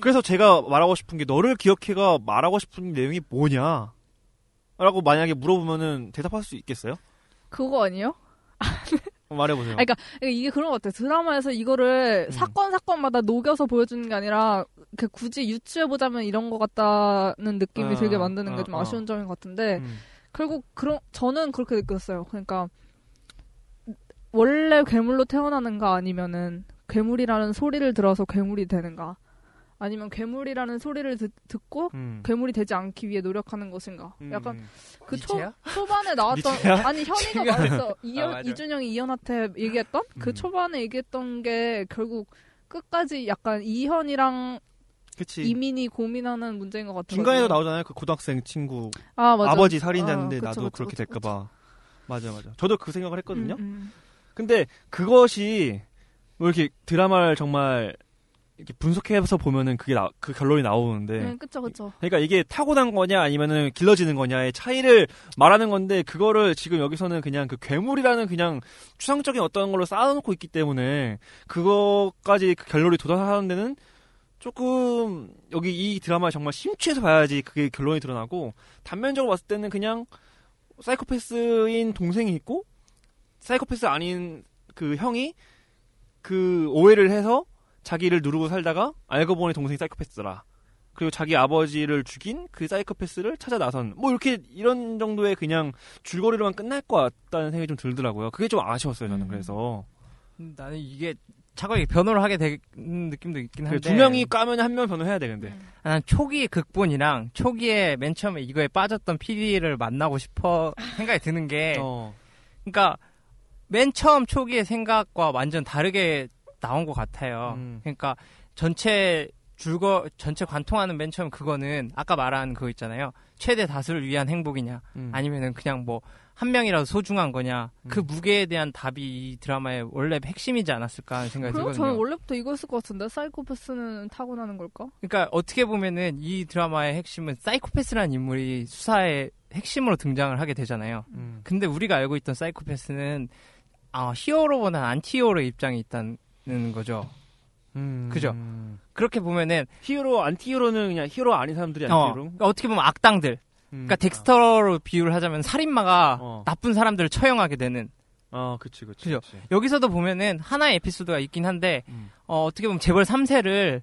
그래서 제가 말하고 싶은 게 너를 기억해가 말하고 싶은 내용이 뭐냐 라고 만약에 물어보면은 대답할 수 있겠어요?
그거 아니에요?
말해보세요.
아니, 이게 그런 것 같아요. 드라마에서 이거를
음.
사건 사건마다 녹여서 보여주는 게 아니라 이렇게 굳이 유추해보자면 이런 것 같다는 느낌이
어,
들게 만드는 게 좀
어, 어.
아쉬운 점인 것 같은데
음.
결국 그런 저는 그렇게 느꼈어요. 그러니까 원래 괴물로 태어나는가 아니면은 괴물이라는 소리를 들어서 괴물이 되는가 아니면 괴물이라는 소리를 듣, 듣고
음.
괴물이 되지 않기 위해 노력하는 것인가
음.
약간 그 초,
니체야?
초반에 나왔던
니체야?
아니 현이가
지금-
말했어 이연,
맞아.
이준영이 이현한테 얘기했던 그
음.
초반에 얘기했던 게 결국 끝까지 약간 이현이랑
그치.
이민이 고민하는 문제인 것 같아요.
중간에도 나오잖아요. 그 고등학생 친구
아 맞아.
아버지 살인자인데
어, 그쵸,
나도
그쵸,
그렇게
그쵸,
될까봐. 맞아 맞아. 저도 그 생각을
음,
했거든요.
음.
근데 그것이 뭐 이렇게 드라마를 정말 이렇게 분석해서 보면은 그게 나, 그 결론이 나오는데
네, 그쵸 그쵸.
그러니까 이게 타고난 거냐 아니면은 길러지는 거냐의 차이를 말하는 건데 그거를 지금 여기서는 그냥 그 괴물이라는 그냥 추상적인 어떤 걸로 쌓아놓고 있기 때문에 그거까지 그 결론이 도달하는 데는 조금 여기 이 드라마 정말 심취해서 봐야지 그게 결론이 드러나고 단면적으로 봤을 때는 그냥 사이코패스인 동생이 있고 사이코패스 아닌 그 형이 그 오해를 해서 자기를 누르고 살다가 알고 보니 동생이 사이코패스더라. 그리고 자기 아버지를 죽인 그 사이코패스를 찾아 나선 뭐 이렇게 이런 정도의 그냥 줄거리로만 끝날 것 같다는 생각이 좀 들더라고요. 그게 좀 아쉬웠어요 저는
음.
그래서
음, 나는 이게 차라리 변호를 하게 되는 느낌도 있긴
그래,
한데
두 명이 까면 한 명 변호해야 되는데
아, 난 초기 극본이랑 초기에 맨 처음에 이거에 빠졌던 PD를 만나고 싶어 생각이 드는 게
어.
그러니까 맨 처음 초기의 생각과 완전 다르게 나온 것 같아요.
음.
그러니까 전체 줄거 전체 관통하는 맨 처음 그거는 아까 말한 그거 있잖아요. 최대 다수를 위한 행복이냐
음.
아니면은 그냥 뭐 한 명이라도 소중한 거냐 그
음.
무게에 대한 답이 이 드라마의 원래 핵심이지 않았을까 하는 그러니까 생각이
그럼
들거든요.
저는 원래부터 이거였을 것 같은데 사이코패스는 타고나는 걸까?
그러니까 어떻게 보면은 이 드라마의 핵심은 사이코패스라는 인물이 수사의 핵심으로 등장을 하게 되잖아요.
음.
근데 우리가 알고 있던 사이코패스는 아, 히어로보다는 안티히어로의 입장이 있다는 거죠.
음.
그죠?
음.
그렇게 보면은
히어로 안티히어로는 그냥 히어로 아닌 사람들이
어,
네, 안티히어로
그러니까 어떻게 보면 악당들.
음.
그러니까 덱스터로 비유를 하자면 살인마가
어.
나쁜 사람들을 처형하게 되는.
아 그치 그치
그죠?
그치.
여기서도 보면은 하나의 에피소드가 있긴 한데
음.
어, 어떻게 보면 재벌 3세를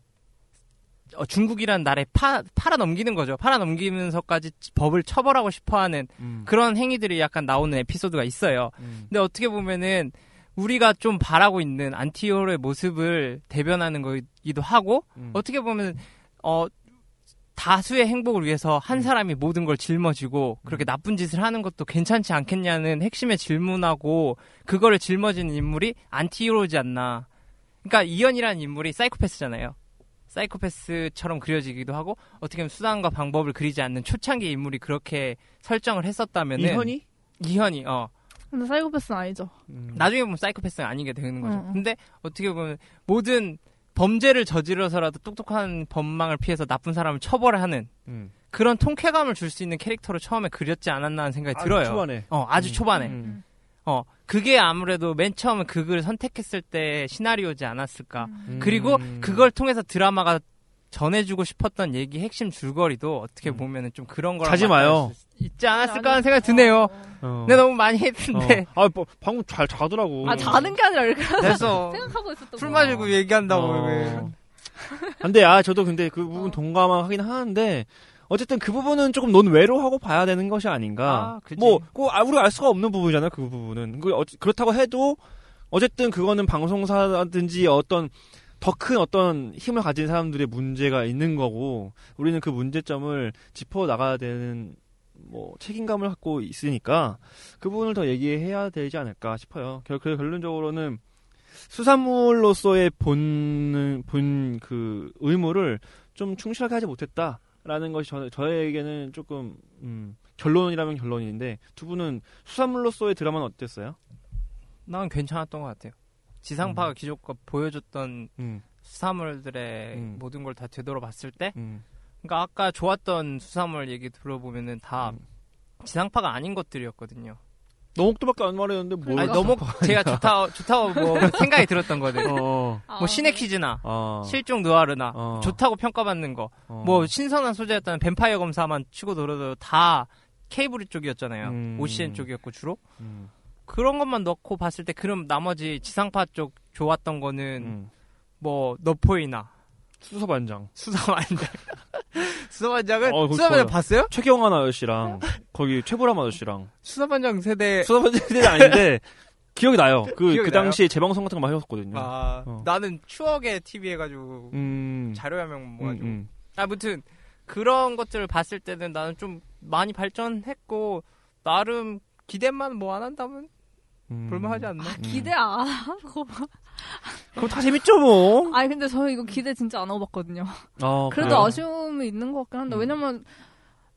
어, 중국이란 나라에 파, 팔아넘기는 거죠. 팔아넘기면서까지 법을 처벌하고 싶어하는
음.
그런 행위들이 약간 나오는 에피소드가 있어요.
음.
근데 어떻게 보면은 우리가 좀 바라고 있는 안티히어로의 모습을 대변하는 거기도 하고
음.
어떻게 보면 어 다수의 행복을 위해서 한 사람이 모든 걸 짊어지고
음.
그렇게 나쁜 짓을 하는 것도 괜찮지 않겠냐는 핵심의 질문하고 그거를 짊어지는 인물이 안티히로지 않나. 그러니까 이연이라는 인물이 사이코패스잖아요. 사이코패스처럼 그려지기도 하고 어떻게 보면 수단과 방법을 그리지 않는 초창기 인물이 그렇게 설정을 했었다면은
이현이?
이현이 어
근데 사이코패스는 아니죠.
나중에 보면 사이코패스가 아니게 되는 거죠.
응, 응.
근데 어떻게 보면 모든 범죄를 저지러서라도 똑똑한 범망을 피해서 나쁜 사람을 처벌하는
음.
그런 통쾌감을 줄 수 있는 캐릭터로 처음에 그렸지 않았나 하는 생각이 들어요.
초반에.
어, 아주
음.
초반에.
음.
어, 그게 아무래도 맨 처음에 극을 선택했을 때 시나리오지 않았을까. 그리고
음.
그걸 통해서 드라마가 전해주고 싶었던 얘기 핵심 줄거리도 어떻게
음.
보면은 좀 그런 거랑
자지 마요.
맞닿을 수 있지 않았을까 하는 생각이 드네요.
어.
근데 너무 많이 했는데.
어. 아, 뭐, 방금 잘 자더라고.
아 자는 게 아니라 이렇게
그래서
생각하고 있었던
술
거.
마시고 얘기한다고. 왜.
안돼, 아 저도 어. 근데 그 부분
어.
동감하긴 하는데 어쨌든 그 부분은 조금 논외로 하고 봐야 되는 것이 아닌가.
아, 그치.
뭐, 그 아, 우리가 알 수가 없는 부분이잖아, 요그 부분은. 그 어- 그렇다고 해도 어쨌든 그거는 방송사든지 어떤 더 큰 어떤 힘을 가진 사람들의 문제가 있는 거고 우리는 그 문제점을 짚어 나가야 되는 뭐 책임감을 갖고 있으니까 그 부분을 더 얘기해야 되지 않을까 싶어요. 결, 그래서 결론적으로는 수산물로서의 본, 본 그 의무를 좀 충실하게 하지 못했다라는 것이 저, 저에게는 조금, 음, 결론이라면 결론인데 두 분은 수산물로서의 드라마는 어땠어요?
난 괜찮았던 것 같아요. 지상파가 기존과 보여줬던
음,
수사물들의
음.
모든 걸 다 되돌아봤을 때,
음,
그러니까 아까 좋았던 수사물 얘기 들어보면은 다
음.
지상파가 아닌 것들이었거든요.
너목도밖에 안 말했는데 뭘?
아니, 너무 제가 좋다 좋다고 뭐 생각이 들었던 거들,
어,
아,
뭐 신의 퀴즈나
어,
실종 누아르나
어.
좋다고 평가받는 거,
어.
뭐 신선한 소재였다는 뱀파이어 검사만 치고 돌아도 다 케이블 쪽이었잖아요.
음.
OCN 쪽이었고 주로
음,
그런 것만 넣고 봤을 때 그럼 나머지 지상파 쪽 좋았던 거는
음.
뭐 너포이나
수서반장
수사반장 수사반장은
어, 그거 좋아요.
수사반장 봤어요?
최경환 아저씨랑 거기 최보람 아저씨랑
네. 수사반장 세대
수서반장 시대는 아닌데 기억이 나요. 그 그
네, 기억이 나요?
당시에 재방송 같은 거 많이 했었거든요.
아
어.
나는 추억의 TV 해가지고
음,
자료 화면
음,
뭐가지고
음.
아무튼 그런 것들을 봤을 때는 나는 좀 많이 발전했고 나름 기대만 뭐 안 한다면
음.
볼만하지 않나?
아, 기대 안 하고.
그럼 다 재밌죠 뭐.
아니 근데 저 이거 기대 진짜 안 하고 봤거든요.
아,
그래도
그래요?
아쉬움이 있는 것 같긴 한데
음.
왜냐면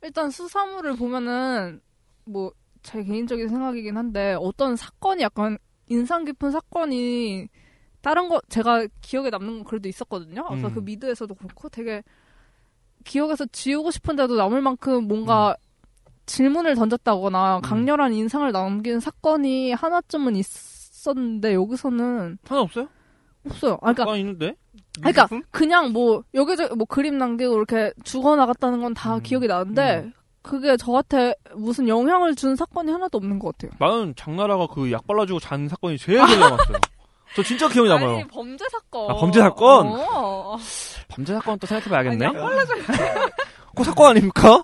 일단 수사물을 보면은 뭐 제 개인적인 생각이긴 한데 어떤 사건이 약간 인상 깊은 사건이 다른 거 제가 기억에 남는 건 그래도 있었거든요. 아까
음.
그 미드에서도 그렇고 되게 기억에서 지우고 싶은데도 남을 만큼 뭔가
음.
질문을 던졌다거나 강렬한 인상을 남긴 사건이 하나쯤은 있었는데 여기서는
하나 없어요?
없어요. 아, 그러니까
아 있는데.
아니, 그러니까
유니폼?
그냥 뭐 여기저기 뭐 그림 남기고 이렇게 죽어 나갔다는 건 다
음.
기억이 나는데 그게 저한테 무슨 영향을 준 사건이 하나도 없는 것 같아요.
나는 장나라가 그 약 발라주고 잔 사건이 제일 기억에 남았어요. 저 진짜 기억이 남아요.
범죄 사건.
아, 범죄 사건?
어.
범죄 사건 또 생각해봐야겠네. 그 사건 아닙니까?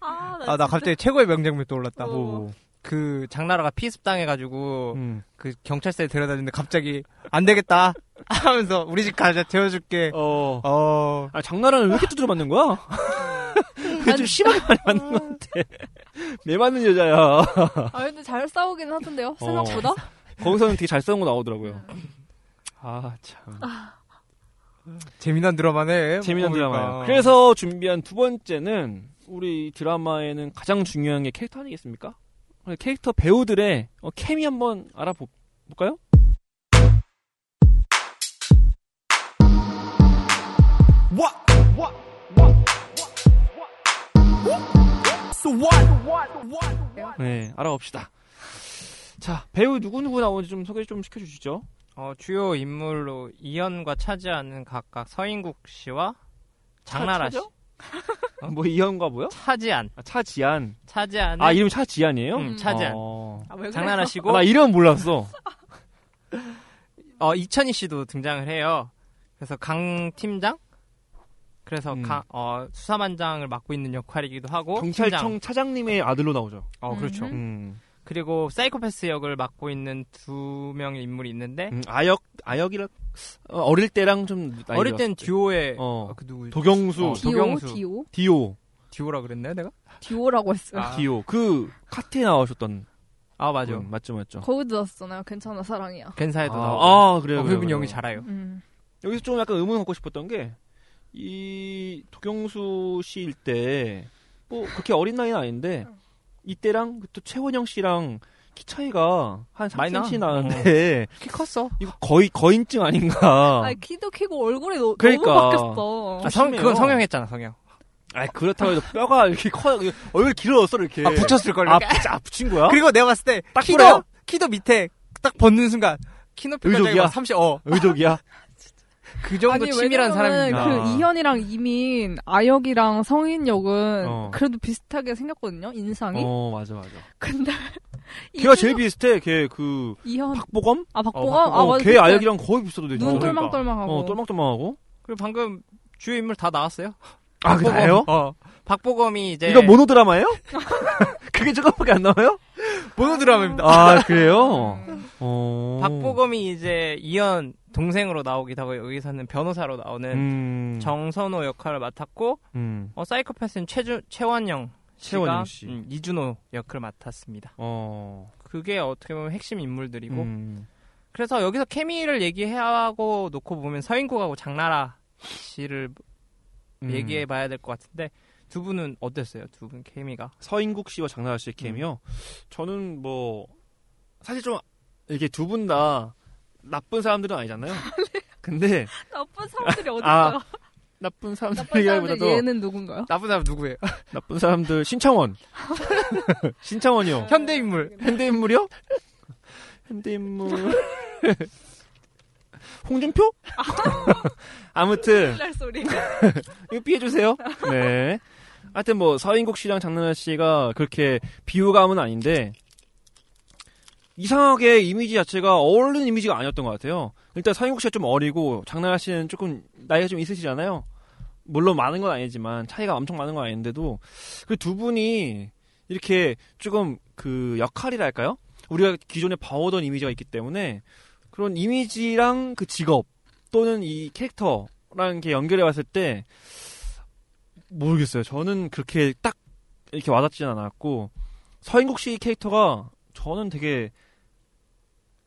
아, 나
아 나 갑자기 최고의 명장면 떠올랐다.
어.
그 장나라가 피습당해가지고
음.
그 경찰서에 데려다주는데 갑자기 안 되겠다 하면서 우리 집 가자 재워줄게.
어.
어.
아 장나라는 왜 이렇게 두드려 맞는 거야? 그게 좀 심하게 많이 맞는 것 같아. 매 맞는 여자야.
아 근데 잘 싸우긴
어.
하던데요. 생각보다.
거기서는 되게 잘 싸운 거 나오더라고요. 아 참.
재미난 드라마네. 뭐
재미난
보니까.
드라마예요. 그래서 준비한 두 번째는 우리 드라마에는 가장 중요한 게 캐릭터 아니겠습니까? 캐릭터 배우들의 어, 케미 한번 알아볼까요? 네, 알아봅시다. 자, 배우 누구누구 나오는지 좀 소개 좀 시켜주시죠.
어, 주요 인물로 이연과 차지하는 각각 서인국 씨와 장나라 씨.
차죠? 아, 뭐, 이현과 뭐요?
차지한.
아, 차지안.
차지한.
아, 이름 차지안이에요?
음, 차지한.
어.
아, 왜 그래요?
장나라
아,
씨고
나 이름 몰랐어.
어, 이천희 씨도 등장을 해요. 그래서 강 팀장. 그래서
음.
강- 어, 수사반장을 맡고 있는 역할이기도 하고
경찰청
팀장.
차장님의 아들로 나오죠.
어 그렇죠.
음.
그리고 사이코패스 역을 맡고 있는 두 명의 인물이 있는데
음, 아역 아역이라 어, 어릴 때랑 좀 나이
어릴 땐
들었을 때.
듀오의
어.
아, 그 누구
도경수
어,
디오,
도경수.
디오,
디오
듀오라 그랬나요 내가?
디오라고 했어요.
아.
디오 그 카테 나오셨던
아 맞아.
분, 맞죠 맞죠.
거기도 나왔잖아요. 괜찮아 사랑이야.
겐사에도
아,
나오고.
아, 그래요. 그래요,
어, 그분
그래요.
연기 잘해요.
음.
여기서 좀 약간 의문 갖고 싶었던 게 이 도경수 씨일 때 뭐 그렇게 어린 나이는 아닌데 이때랑 또 최원영 씨랑 키 차이가 한
많이 나.
3cm 나는데
키 컸어.
이거 거의 거인증 아닌가?
아 키도 키고 얼굴이 너,
어. 그러니까.
너무 바뀌었어.
아, 성,
심해요.
그건 성형했잖아 성형.
아 그렇다고 해도 뼈가 이렇게 커 얼굴 길어졌어 이렇게.
아 붙였을 걸.
아, 붙- 아, 붙인 거야?
그리고 내가 봤을 때
딱
키도
뿌려요?
키도 밑에 딱 벗는 순간 키 높이가
의족이야?
자기가 30. 어.
의족이야?
그 정도 치밀한
왜냐면은
사람입니다. 아.
사람이니까.
그 이현이랑 이민, 아역이랑 성인 역은
어.
그래도 비슷하게 생겼거든요. 인상이.
어 맞아 맞아.
근데
걔가
이준호-
제일 비슷해. 걔 그
이현
박보검?
아 박보검 아
어,
맞아.
걔 아역이랑 거의 비슷하도 되죠.
눈
똘망-
똘망똘망하고.
어 똘망똘망하고.
그리고 방금 주요 인물 다 나왔어요.
아
박보검.
그래요?
어. 박보검이 이제
이거 모노드라마예요? 그게 조금밖에 안 나와요?
모노 드라마입니다.
아 그래요?
음.
어.
음. 박보검이 이제 이현 동생으로 나오기도 하고 여기서는 변호사로 나오는
음.
정선호 역할을 맡았고
음.
어, 사이코패스는 최주, 최원영 씨가
최원영 씨.
음, 이준호 역할을 맡았습니다.
어.
그게 어떻게 보면 핵심 인물들이고
음.
그래서 여기서 케미를 얘기하고 놓고 보면 서인국하고 장나라 씨를
음.
얘기해 봐야 될 것 같은데 두 분은 어땠어요? 두 분 케미가
서인국 씨와 장나라 씨의 캠이요. 저는 뭐 사실 좀 이렇게 두 분 다 나쁜 사람들은 아니잖아요. 근데
나쁜 사람들이 어디
아,
있어요?
나쁜
나쁜 사람들
사람들이기보다도
얘는 누군가요?
나쁜 사람 누구예요?
나쁜 사람들 신창원. 신창원이요.
현대 인물
어. 현대 인물이요? 현대 인물. 홍준표? 아. 아무튼
날 소리.
어. 이거 피해 주세요. 네. 하여튼 뭐 서인국 씨랑 장나라 씨가 그렇게 비호감은 아닌데 이상하게 이미지 자체가 어울리는 이미지가 아니었던 것 같아요. 일단 서인국 씨가 좀 어리고 장나라 씨는 조금 나이가 좀 있으시잖아요. 물론 많은 건 아니지만 차이가 엄청 많은 건 아닌데도 그 두 분이 이렇게 조금 그 역할이랄까요? 우리가 기존에 봐오던 이미지가 있기 때문에 그런 이미지랑 그 직업 또는 이 캐릭터랑 이렇게 연결해 왔을 때 모르겠어요. 저는 그렇게 딱 이렇게 와닿진 않았고 서인국 씨 캐릭터가 저는 되게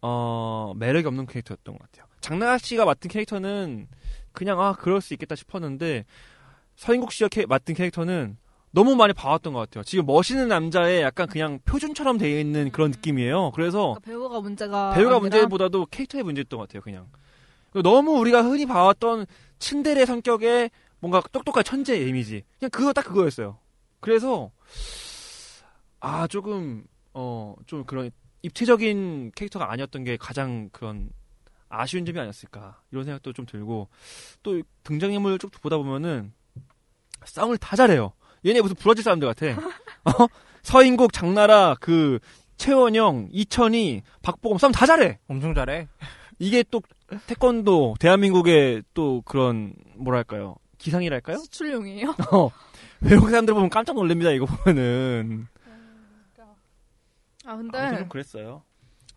어 매력이 없는 캐릭터였던 것 같아요. 장나라 씨가 맡은 캐릭터는 그냥 아 그럴 수 있겠다 싶었는데 서인국 씨가 캐- 맡은 캐릭터는 너무 많이 봐왔던 것 같아요. 지금 멋있는 남자의 약간 그냥 표준처럼 되어 있는 그런 느낌이에요. 그래서
그러니까 배우가 문제가
배우가
아니라
문제보다도 뭐- 캐릭터의 문제였던 것 같아요, 그냥. 너무 우리가 흔히 봐왔던 츤데레 성격의 뭔가 똑똑한 천재의 이미지. 그냥 그거 딱 그거였어요. 그래서, 아, 조금, 어, 좀 그런 입체적인 캐릭터가 아니었던 게 가장 그런 아쉬운 점이 아니었을까. 이런 생각도 좀 들고, 또 등장인물 쭉 보다 보면은 싸움을 다 잘해요. 얘네 무슨 브라질 사람들 같아. 어? 서인국, 장나라, 그, 최원영, 이천희, 박보검 싸움 다 잘해.
엄청 잘해.
이게 또 태권도 대한민국의 또 그런 뭐랄까요 기상이랄까요?
수출용이에요.
어, 외국 사람들 보면 깜짝 놀랍니다 이거 보면은.
아
아무튼
근데
좀 그랬어요.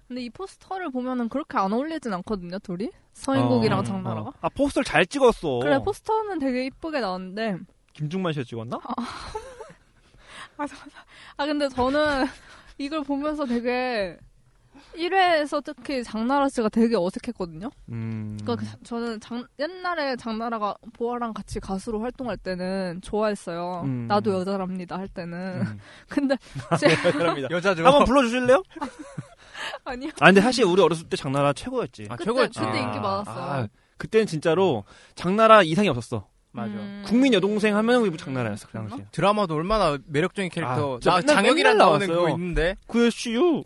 근데 이 포스터를 보면은 그렇게 안 어울리진 않거든요, 둘이. 서인국이랑
어,
장나라가.
어. 아 포스터 잘 찍었어.
그래 포스터는 되게 이쁘게 나왔는데
김중만 씨가 찍었나?
어. 아 근데 저는 이걸 보면서 되게 1회에서 특히 장나라 씨가 되게 어색했거든요.
음.
그러니까 자- 저는 장- 옛날에 장나라가 보아랑 같이 가수로 활동할 때는 좋아했어요.
음.
나도 여자랍니다 할 때는.
음.
근데
그럽니다.
여자죠.
한번 불러주실래요?
아니요.
아 근데 사실 우리 어렸을 때 장나라 최고였지.
아,
그때
최고였지.
그때 인기
아,
많았어요.
아, 그때는 진짜로 장나라 이상이 없었어.
맞아.
음.
국민 여동생 하면 우리 장나라였어 그 당시에.
드라마도 얼마나 매력적인 캐릭터.
아, 진짜
나
맨날-
장혁이랑
맨날
나오는
나왔어요.
그거 있는데.
구애슈,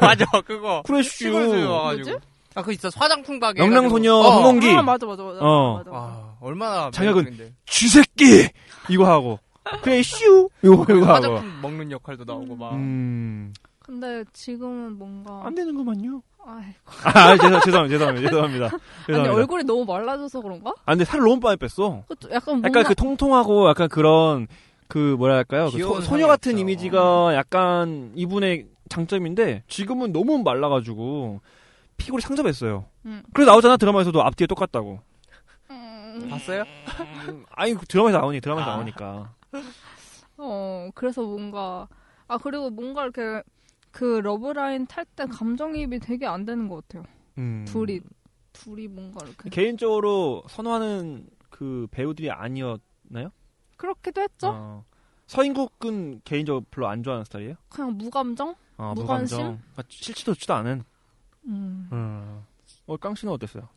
맞아, 그거. 시골에서
구애슈,
와가지고. 아, 그거 있어. 화장품 가게.
명랑소녀
해가지고. 어.
홍홍기.
아 네. 맞아 맞아 맞아.
어.
맞아, 맞아.
와, 얼마나.
장혁은
매력적인데.
쥐새끼 이거 하고 그래 슈 이거 이거 하고.
화장품 먹는 역할도 나오고 막.
음.
근데 지금은 뭔가
안 되는구만요.
어. 아이,
아, 죄송, 죄송합니다. 죄송합니다. 죄송합니다.
아니
죄송합니다.
얼굴이 너무 말라져서 그런가?
아, 근데 살을 너무 많이 뺐어.
그것도 약간 뭔가
약간 그 통통하고 약간 그런 그 뭐랄까요? 그
귀여운
소, 녀
성이
같은
있죠.
이미지가 약간 이분의 장점인데 지금은 너무 말라가지고 피골이 상접했어요.
음.
그래서 나오잖아 드라마에서도 앞뒤에 똑같다고.
봤어요?
음.
아니 드라마에서 나오니 드라마에서
아.
나오니까.
어, 그래서 뭔가, 아, 그리고 뭔가 이렇게, 그 러브라인 탈 때 감정이입이 되게 안 되는 것 같아요.
음.
둘이, 둘이 뭔가 이렇게.
개인적으로 선호하는 그 배우들이 아니었나요?
그렇기도 했죠?
어. 서인국은 개인적으로 별로 안 좋아하는 스타일이에요.
그냥 무감정?
어,
무관심?
그러니까 싫지도 좋지도 않은.
음.
어, 깡씨는 어땠어요?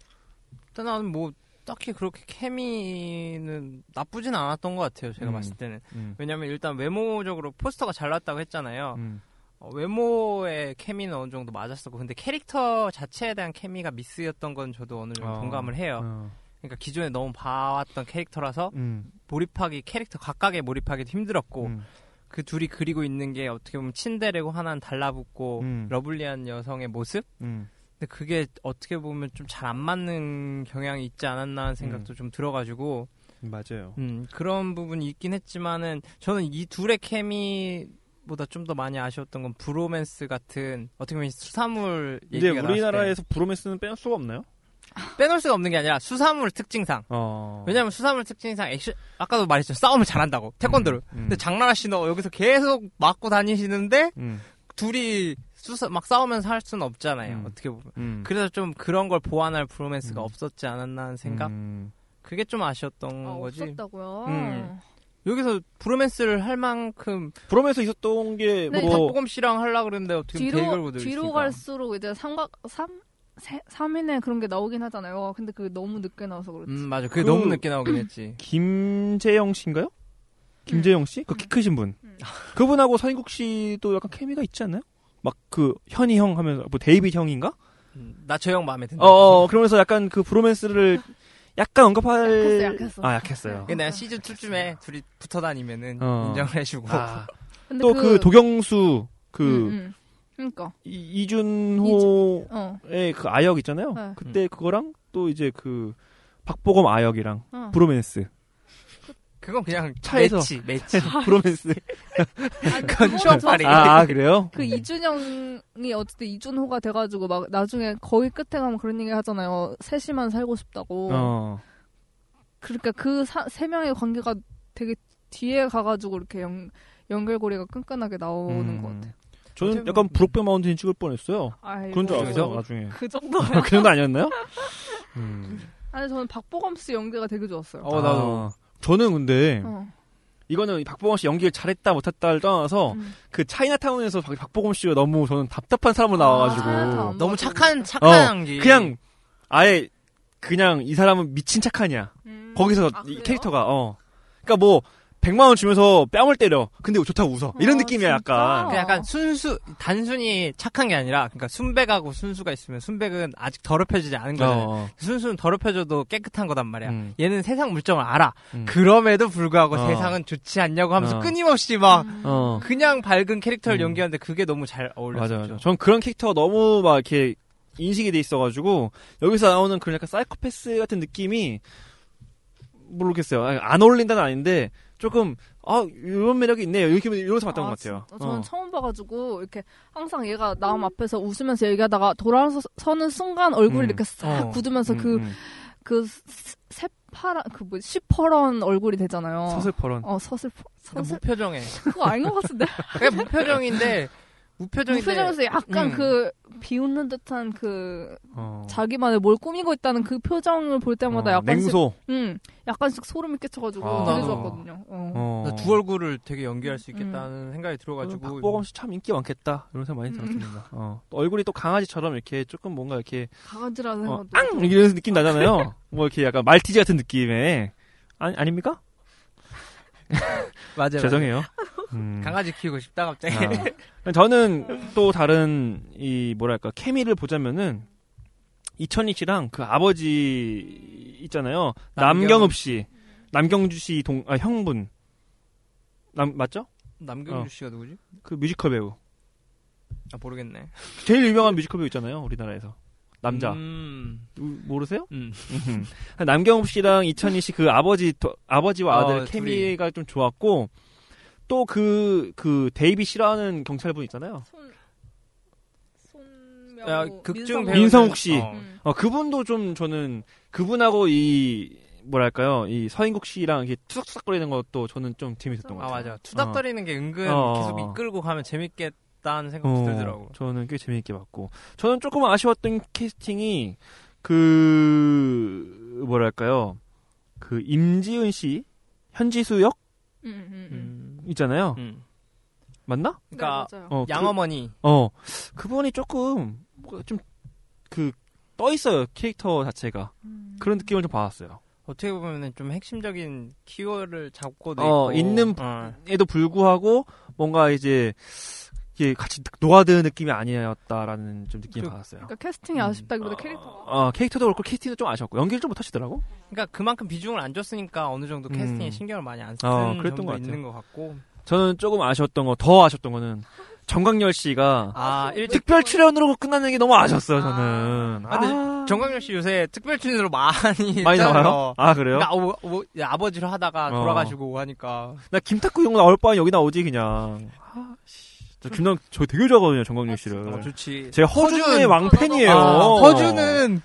일단 나는 뭐 딱히 그렇게 케미는 나쁘진 않았던 것 같아요. 제가
음.
봤을 때는.
음.
왜냐면 일단 외모적으로 포스터가 잘 나왔다고 했잖아요.
음.
어, 외모의 케미는 어느 정도 맞았었고 근데 캐릭터 자체에 대한 케미가 미스였던 건 저도 어느 정도
어.
공감을 해요.
어.
그러니까 기존에 너무 봐왔던 캐릭터라서
음.
몰입하기 캐릭터 각각에 몰입하기도 힘들었고
음.
그 둘이 그리고 있는 게 어떻게 보면 친데레고 하나는 달라붙고
음.
러블리한 여성의 모습.
음.
근데 그게 어떻게 보면 좀 잘 안 맞는 경향이 있지 않았나 하는
음.
생각도 좀 들어가지고
맞아요.
음, 그런 부분이 있긴 했지만은 저는 이 둘의 케미보다 좀 더 많이 아쉬웠던 건 브로맨스 같은 어떻게 보면 수사물
근데
얘기가 나왔을
우리나라에서 브로맨스는 뺄 수가 없나요?
때 빼놓을 수가 없는 게 아니라 수사물 특징상
어.
왜냐하면 수사물 특징상 액션 아까도 말했죠 싸움을 잘한다고 태권도를
음.
근데 장나라 씨는 여기서 계속 맞고 다니시는데
음.
둘이 수사 막 싸우면서 할 수는 없잖아요
음.
어떻게 보면
음.
그래서 좀 그런 걸 보완할 브로맨스가
음.
없었지 않았나 하는 생각
음.
그게 좀 아쉬웠던
아,
거지
없었다고요?
음. 여기서 브로맨스를 할 만큼
브로맨스 있었던 게
네,
뭐.
박보검 씨랑 하려 그랬는데 어떻게 대결
뒤로,
못들
뒤로 갈수록 이제 삼각, 삼? 세, 3인의 그런 게 나오긴 하잖아요. 근데 그게 너무 늦게 나와서 그렇지.
음 맞아 그게
그-
너무 늦게 나오긴 했지
김재영 씨인가요? 김재영 씨? 그 키 크신 분.
네. 음.
그분하고 서인국 씨도 약간 케미가 있지 않나요? 막 그 현이 형 하면서 뭐 데이빗 형인가?
나 저 형 마음에 든다
어, 어 그러면서 약간 그 브로맨스를 약간 언급할
약했어, 약했어. 네.
아 약했어요.
근데 내가 시즌 2쯤에 둘이 붙어 다니면은
어.
인정을 해주고
아,
근데
또 그 도경수 그
음, 음. 그러니까,
이- 이준호의
어.
그 아역 있잖아요.
네.
그때 그거랑 또 이제 그 박보검 아역이랑
어.
브로맨스
그건 그냥
차에서.
매치 매치
아.
브로맨스
뭐,
그건
네.
추억팔이
아, 아, 그래요?
그 이준영이 어쨌든 이준호가 돼가지고 막 나중에 거의 끝에 가면 그런 얘기 하잖아요. 셋이만 살고 싶다고.
어.
그러니까 그 세 명의 관계가 되게 뒤에 가가지고 이렇게 연, 연결고리가 끈끈하게 나오는
음.
것 같아요. 음.
저는
어떻게
약간
보면-
브록백 마운틴 찍을 뻔했어요.
아이고.
그런 줄 알았어요
그죠?
나중에.
그 정도.
그 정도 아니었나요? 음.
아니 저는 박보검 씨 연기가 되게 좋았어요.
어
아,
나도
저는 근데
어.
이거는 박보검 씨 연기를 잘했다 못했다를 떠나서
음.
그 차이나타운에서 박- 박보검 씨가 너무 저는 답답한 사람으로 나와가지고
차이나타운.
너무
어,
착한 착한 연기
그냥 아예 그냥 이 사람은 미친 착하냐
음.
거기서
아,
이
그래요?
캐릭터가 어 그러니까 뭐 100만 원 주면서 뺨을 때려 근데 좋다고 웃어 이런
아,
느낌이야
그
약간
진짜?
약간 순수 단순히 착한 게 아니라 그러니까 순백하고 순수가 있으면 순백은 아직 더럽혀지지 않은 거잖아요
어,
순수는 더럽혀져도 깨끗한 거단 말이야
음.
얘는 세상 물정을 알아
음.
그럼에도 불구하고
어.
세상은 좋지 않냐고 하면서
어.
끊임없이
아,
막
음.
어.
그냥 밝은 캐릭터를
음.
연기하는데 그게 너무 잘 어울렸죠.
맞아 맞아 전 그런 캐릭터가 너무 막 이렇게 인식이 돼 있어가지고 여기서 나오는 그런 약간 사이코패스 같은 느낌이 모르겠어요 아니, 안 어울린다는 아닌데 조금 아 이런 매력이 있네 이렇게 이러면서 봤던
아,
것 같아요
진짜? 저는
어.
처음 봐가지고 이렇게 항상 얘가 남 앞에서 웃으면서 얘기하다가 돌아서는 순간 얼굴이
음.
이렇게 싹
어.
굳으면서
음,
그
음.
그 스- 새파란 그뭐 시퍼런 얼굴이 되잖아요.
서슬퍼런
어 서슬
그러니까
서슬
무표정해.
그거 아닌 것 같은데
그게 무표정인데 무표정인데
무표정에서 약간
음.
그 비웃는 듯한 그
어.
자기만의 뭘 꾸미고 있다는 그 표정을 볼 때마다
어,
약간씩
냉소
음 약간씩 소름이 끼쳐가지고
아.
되게 좋았거든요. 어.
어. 음,
나두 네, 얼굴을 되게 연기할 수 있겠다는 생각이 들어가지고
박보검 씨 참 인기 많겠다 이런 생각 많이
음.
들었습니다. 어. 또 얼굴이 또 강아지처럼 이렇게 조금 뭔가 이렇게
강아지라는
어,
생각도
앙 이런 느낌 나잖아요. 뭐 이렇게 약간 말티즈 같은 느낌의 아니 아닙니까?
네, 맞아요.
죄송해요. 음.
강아지 키우고 싶다 갑자기.
아. 저는 또 다른 이 뭐랄까 케미를 보자면은 이천희 씨랑 그 아버지 있잖아요 남경읍
남경읍
씨, 남경주 씨 동 아, 형분 남 맞죠?
남경주
어.
씨가 누구지?
그 뮤지컬 배우
아 모르겠네.
제일 유명한 뮤지컬 배우 있잖아요 우리나라에서 남자
음.
모르세요?
음.
음. 남경업 씨랑 이천희 씨 그 아버지 도- 아버지와 아들
어,
케미가 좀 좋았고 또 그 그 데이비 씨라는 경찰분 있잖아요.
손- 어,
김명우,
야, 극중
민성우.
배우
민성욱 씨.
음.
어, 그분도 좀 저는 그분하고 이 뭐랄까요 이 서인국 씨랑 이게 투닥투닥거리는 것도 저는 좀 재밌었던 것
아
같아요.
맞아. 투닥거리는 게 은근
어.
계속 이끌고 가면 재밌겠다는 생각도
어,
들더라고.
저는 꽤 재미있게 봤고 저는 조금 아쉬웠던 캐스팅이 그 뭐랄까요 그 임지은 씨 현지수 역
음, 음, 음.
있잖아요
음.
맞나?
그러니까
네, 맞아요.
어,
양어머니.
그, 어 그분이 조금 뭐 좀 그 떠 있어요 캐릭터 자체가
음.
음.
그런 느낌을 좀 받았어요.
어떻게 보면은 좀 핵심적인 키워를 잡고도
어,
있고.
있는
어.
에도 불구하고 뭔가 이제 이게 같이 녹아드는 느낌이 아니었다라는 좀 느낌이
그-
받았어요.
그러니까 캐스팅이
음.
아쉽다기보다 캐릭터가
어, 캐릭터도 그렇고 캐스팅도 좀 아쉬웠고 연기를 좀 못하시더라고.
그러니까 그만큼 비중을 안 줬으니까 어느 정도 캐스팅에
음.
신경을 많이 안 쓴
어, 그랬던
점도
것 같아요.
있는 것 같고.
저는 조금 아쉬웠던 거, 더 아쉬웠던 거는 정광열 씨가
아, 일
특별 출연으로 끝나는 게 너무 아쉬웠어요. 저는.
아, 근데
그
정광열 씨 요새 특별 출연으로 많이
많이
했잖아요.
나와요? 아 그래요?
그러니까 어, 어, 이제 아버지로 하다가
어.
돌아가시고 하니까
나 김탁구 형 나올 바에 여기 나오지 그냥. 아, 씨. 저 김남 저 되게 좋아하거든요 정광열 씨를.
어, 좋지.
제가 허준의
허준.
왕팬이에요.
아, 허준은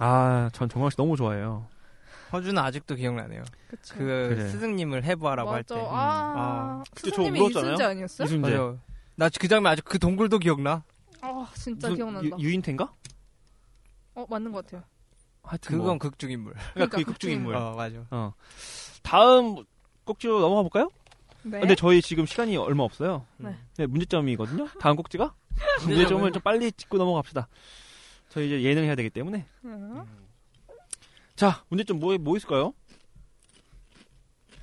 아전 정광열 씨 너무 좋아해요.
허준은 아직도 기억나네요.
그쵸.
그
그래.
스승님을 해보라고 할
맞아.
때. 음.
아,
아.
그때 저
스승님이
울었잖아요?
이순재 아니었어요?
이순재. 뭐?
맞아. 나 그 장면 아직 그 동굴도 기억나.
아 진짜
무슨
기억난다.
유, 유인태인가?
어 맞는 것 같아요.
하여튼 뭐.
그건 극중 인물.
그러니까 그
그러니까
극중 인물.
어 맞아.
다음 꼭지로 넘어가 볼까요?
네.
근데 저희 지금 시간이 얼마 없어요.
네.
네, 문제점이거든요. 다음 꼭지가 문제점을 좀 빨리 짚고 넘어갑시다. 저희 이제 예능 해야 되기 때문에.
음.
자, 문제점 뭐, 뭐 있을까요?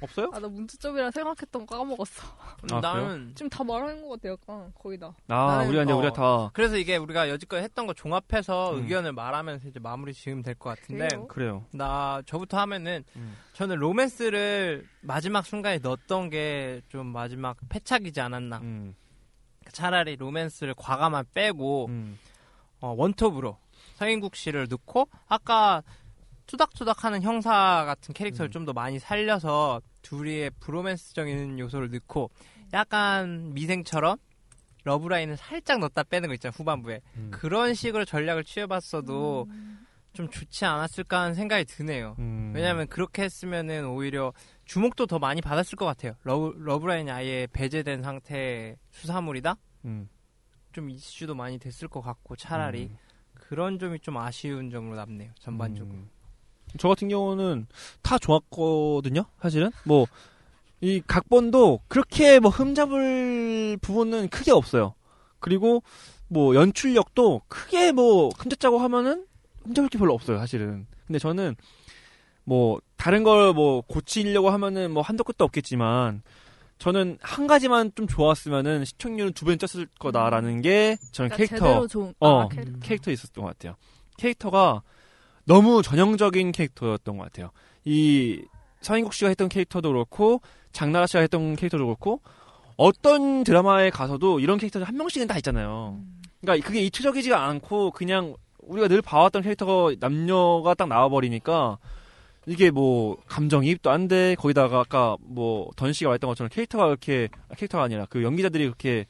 없어요?
아나 문제점이라 생각했던 거 까먹었어.
아,
나는
지금 다 말하는 것 같아요. 약간 거의 다.
아,
나는
우리가 이제
어.
우리가 다
그래서 이게 우리가 여지껏 했던 거 종합해서
음.
의견을 말하면서 이제 마무리 지으면 될 것 같은데
그래요?
그래요.
나 저부터 하면은
음.
저는 로맨스를 마지막 순간에 넣었던 게 좀 마지막 패착이지 않았나
음,
차라리 로맨스를 과감한 빼고
음.
어, 원톱으로 서인국 씨를 넣고 아까 투닥투닥하는 형사 같은 캐릭터를
음.
좀 더 많이 살려서 둘이의 브로맨스적인 요소를 넣고
음.
약간 미생처럼 러브라인을 살짝 넣었다 빼는 거 있잖아 후반부에
음.
그런 식으로 전략을 취해봤어도 좀 좋지 않았을까 하는 생각이 드네요
음.
왜냐하면 그렇게 했으면은 오히려 주목도 더 많이 받았을 것 같아요 러브, 러브라인이 아예 배제된 상태의 수사물이다
음.
좀 이슈도 많이 됐을 것 같고 차라리 그런 점이 좀 아쉬운 점으로 남네요 전반적으로
음. 저 같은 경우는 다 좋았거든요. 사실은 뭐 이 각본도 그렇게 뭐 흠잡을 부분은 크게 없어요. 그리고 뭐 연출력도 크게 뭐 흠잡자고 하면은 흠잡을 게 별로 없어요. 사실은. 근데 저는 뭐 다른 걸 뭐 고치려고 하면은 뭐 한도 끝도 없겠지만 저는 한 가지만 좀 좋았으면은 시청률은 두 배 쪘을 거다라는 게 저는
그러니까
캐릭터
제대로 좋은.
어,
아, 캐릭터.
음.
캐릭터 있었던 것 같아요. 캐릭터가 너무 전형적인 캐릭터였던 것 같아요. 이 서인국 씨가 했던 캐릭터도 그렇고 장나라 씨가 했던 캐릭터도 그렇고 어떤 드라마에 가서도 이런 캐릭터들 한 명씩은 다 있잖아요. 그러니까 그게 이치적이지가 않고 그냥 우리가 늘 봐왔던 캐릭터가 남녀가 딱 나와버리니까 이게 뭐 감정이입도 안 돼. 거기다가 아까 뭐던 씨가 말했던 것처럼 캐릭터가 이렇게 캐릭터가 아니라 그 연기자들이 그렇게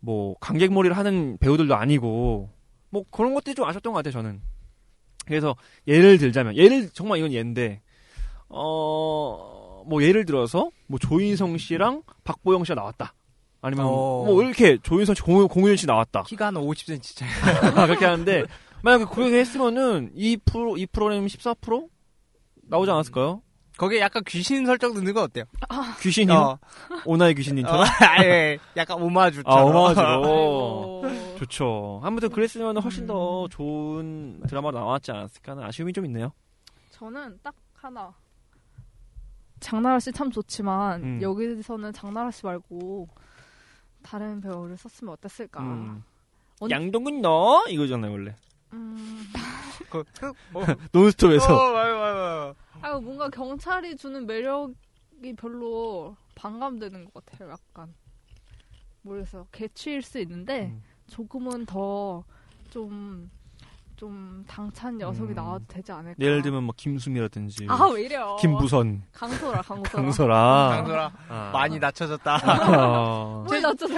뭐 관객몰이를 하는 배우들도 아니고 뭐 그런 것들이 좀 아쉬웠던 것 같아요 저는 그래서 예를 들자면 예를 정말 이건 예인데 어 뭐 예를 들어서 뭐 조인성 씨랑 박보영 씨가 나왔다 아니면
어.
뭐 이렇게 조인성 씨 공, 공유현 씨 나왔다 아,
키가 한 50cm 차이
그렇게 하는데 만약에 그렇게 했으면은 이 프로 이 프로그램 14% 나오지 않았을까요?
거기에 약간 귀신 설정 넣는 거 어때요?
귀신이요? 오나의 귀신님처럼?
어, 아예 약간 오마주처럼
아, 오마주로.
아이고.
좋죠. 아무튼 그랬으면 훨씬 더 좋은 드라마 나왔지 않았을까 하는 아쉬움이 좀 있네요.
저는 딱 하나. 장나라 씨 참 좋지만
음.
여기서는 장나라 씨 말고 다른 배우를 썼으면 어땠을까?
음.
언-
양동근 너 이거잖아요 원래
음.
그, 그, 어,
논스톱에서
어, 맞아, 맞아.
아 뭔가 경찰이 주는 매력이 별로 반감되는 것 같아요. 약간 모르겠어요. 개취일 수 있는데
음.
조금은 더 좀 좀 당찬 녀석이
음.
나와도 되지 않을까?
예를 들면 뭐 김수미라든지
아 왜 이래요?
김부선
강소라 강소라
어. 강설아
강소라
아.
많이 낮춰졌다
아.
뭘 낮춰서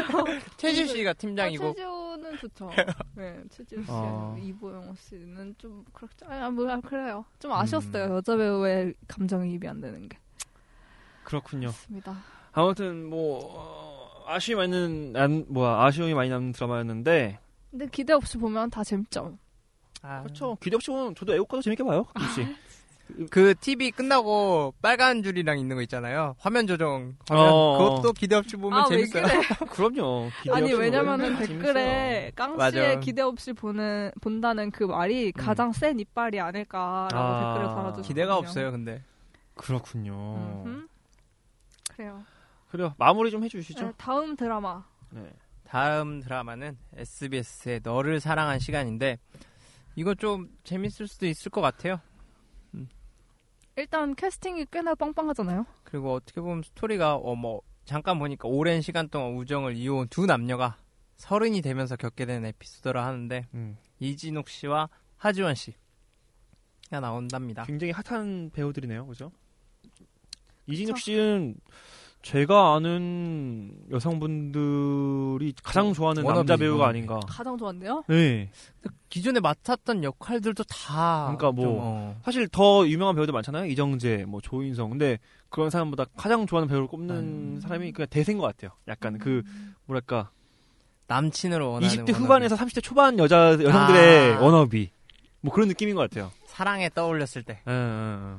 최지 씨가 팀장이고
최지호는
음, 그쵸. 네, 최지우 씨,
어.
이보영 씨는 좀, 그렇죠. 아, 뭐, 아, 그래요. 좀 아쉬웠어요. 여자 배우의 감정이입이 안 되는 게.
그렇군요.
맞습니다.
아무튼 뭐 어, 아쉬움이 많은 안, 뭐야 아쉬움이 많이 남는 드라마였는데
근데 기대 없이 보면 다 재밌죠.
아.
그렇죠. 기대 없이 보면 저도 애국가도 재밌게 봐요. 가끔씩.
그 TV 끝나고 빨간 줄이랑 있는 거 있잖아요. 화면 조정. 화면.
어.
그것도 기대 없이 보면
아, 왜
재밌어요.
그래?
그럼요. 기대
아니,
없이
왜냐면은
보면
댓글에
맞아.
깡씨의 기대 없이 보는, 본다는 그 말이 가장 센 이빨이 아닐까라고
아.
댓글을 달아줬어요.
기대가 없어요, 근데.
재밌어요. 그렇군요.
음흠. 그래요.
그래요. 마무리 좀
네,
해주시죠.
다음 드라마.
네.
다음 드라마는 SBS의 너를 사랑한 시간인데 이거 좀 재밌을 수도 있을 것 같아요.
일단 캐스팅이 꽤나 빵빵하잖아요.
그리고 어떻게 보면 스토리가 어뭐 잠깐 보니까 오랜 시간 동안 우정을 이어온 두 남녀가 서른이 되면서 겪게 된 에피소드라 하는데
음.
이진욱 씨와 하지원 씨가 나온답니다.
굉장히 핫한 배우들이네요, 그죠? 이진욱 씨는 제가 아는 여성분들이 가장 좋아하는
워너비,
남자 배우가
워너비.
아닌가.
가장 좋았는데요.
네.
기존에 맡았던 역할들도 다
그러니까 뭐
좀, 어,
사실 더 유명한 배우들 많잖아요. 이정재, 뭐 조인성. 근데 그런 사람보다 가장 좋아하는 배우를 꼽는
음.
사람이 그냥 대세인 것 같아요. 약간 그
음.
뭐랄까
남친으로 원하는
20대
워너비.
후반에서 30대 초반 여자 여성들의
아.
워너비 뭐 그런 느낌인 것 같아요.
사랑에 떠올렸을 때
응, 응, 응.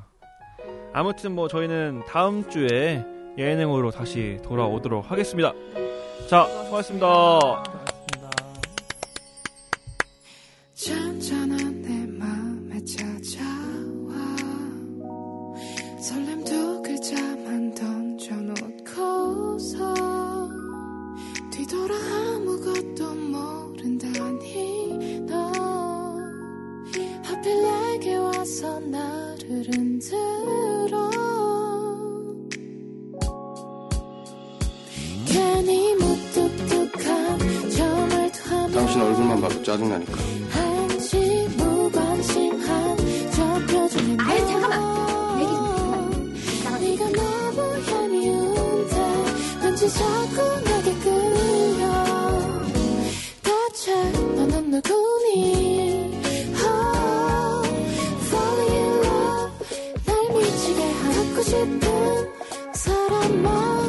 아무튼 뭐 저희는 다음 주에 예능으로 다시 돌아오도록 하겠습니다. 자, 수고하셨습니다.
잔잔한 내 맘에 찾아와 설렘도 글자만 던져놓고서 뒤돌아 아무것도 모른다니 너 하필 내게 와서 나를 흔들어 괜히 무뚝뚝한 저 말투하며
당신 얼굴만 봐도 짜증나니까.
한시 무관심한 저 표정이
아유, 잠깐만. 얘기 좀
네가 너무 얄미운데 왠지 자꾸 내게 끌려 대체 너는 누구니 oh, Falling in love 날 미치게 하고 싶은 사람아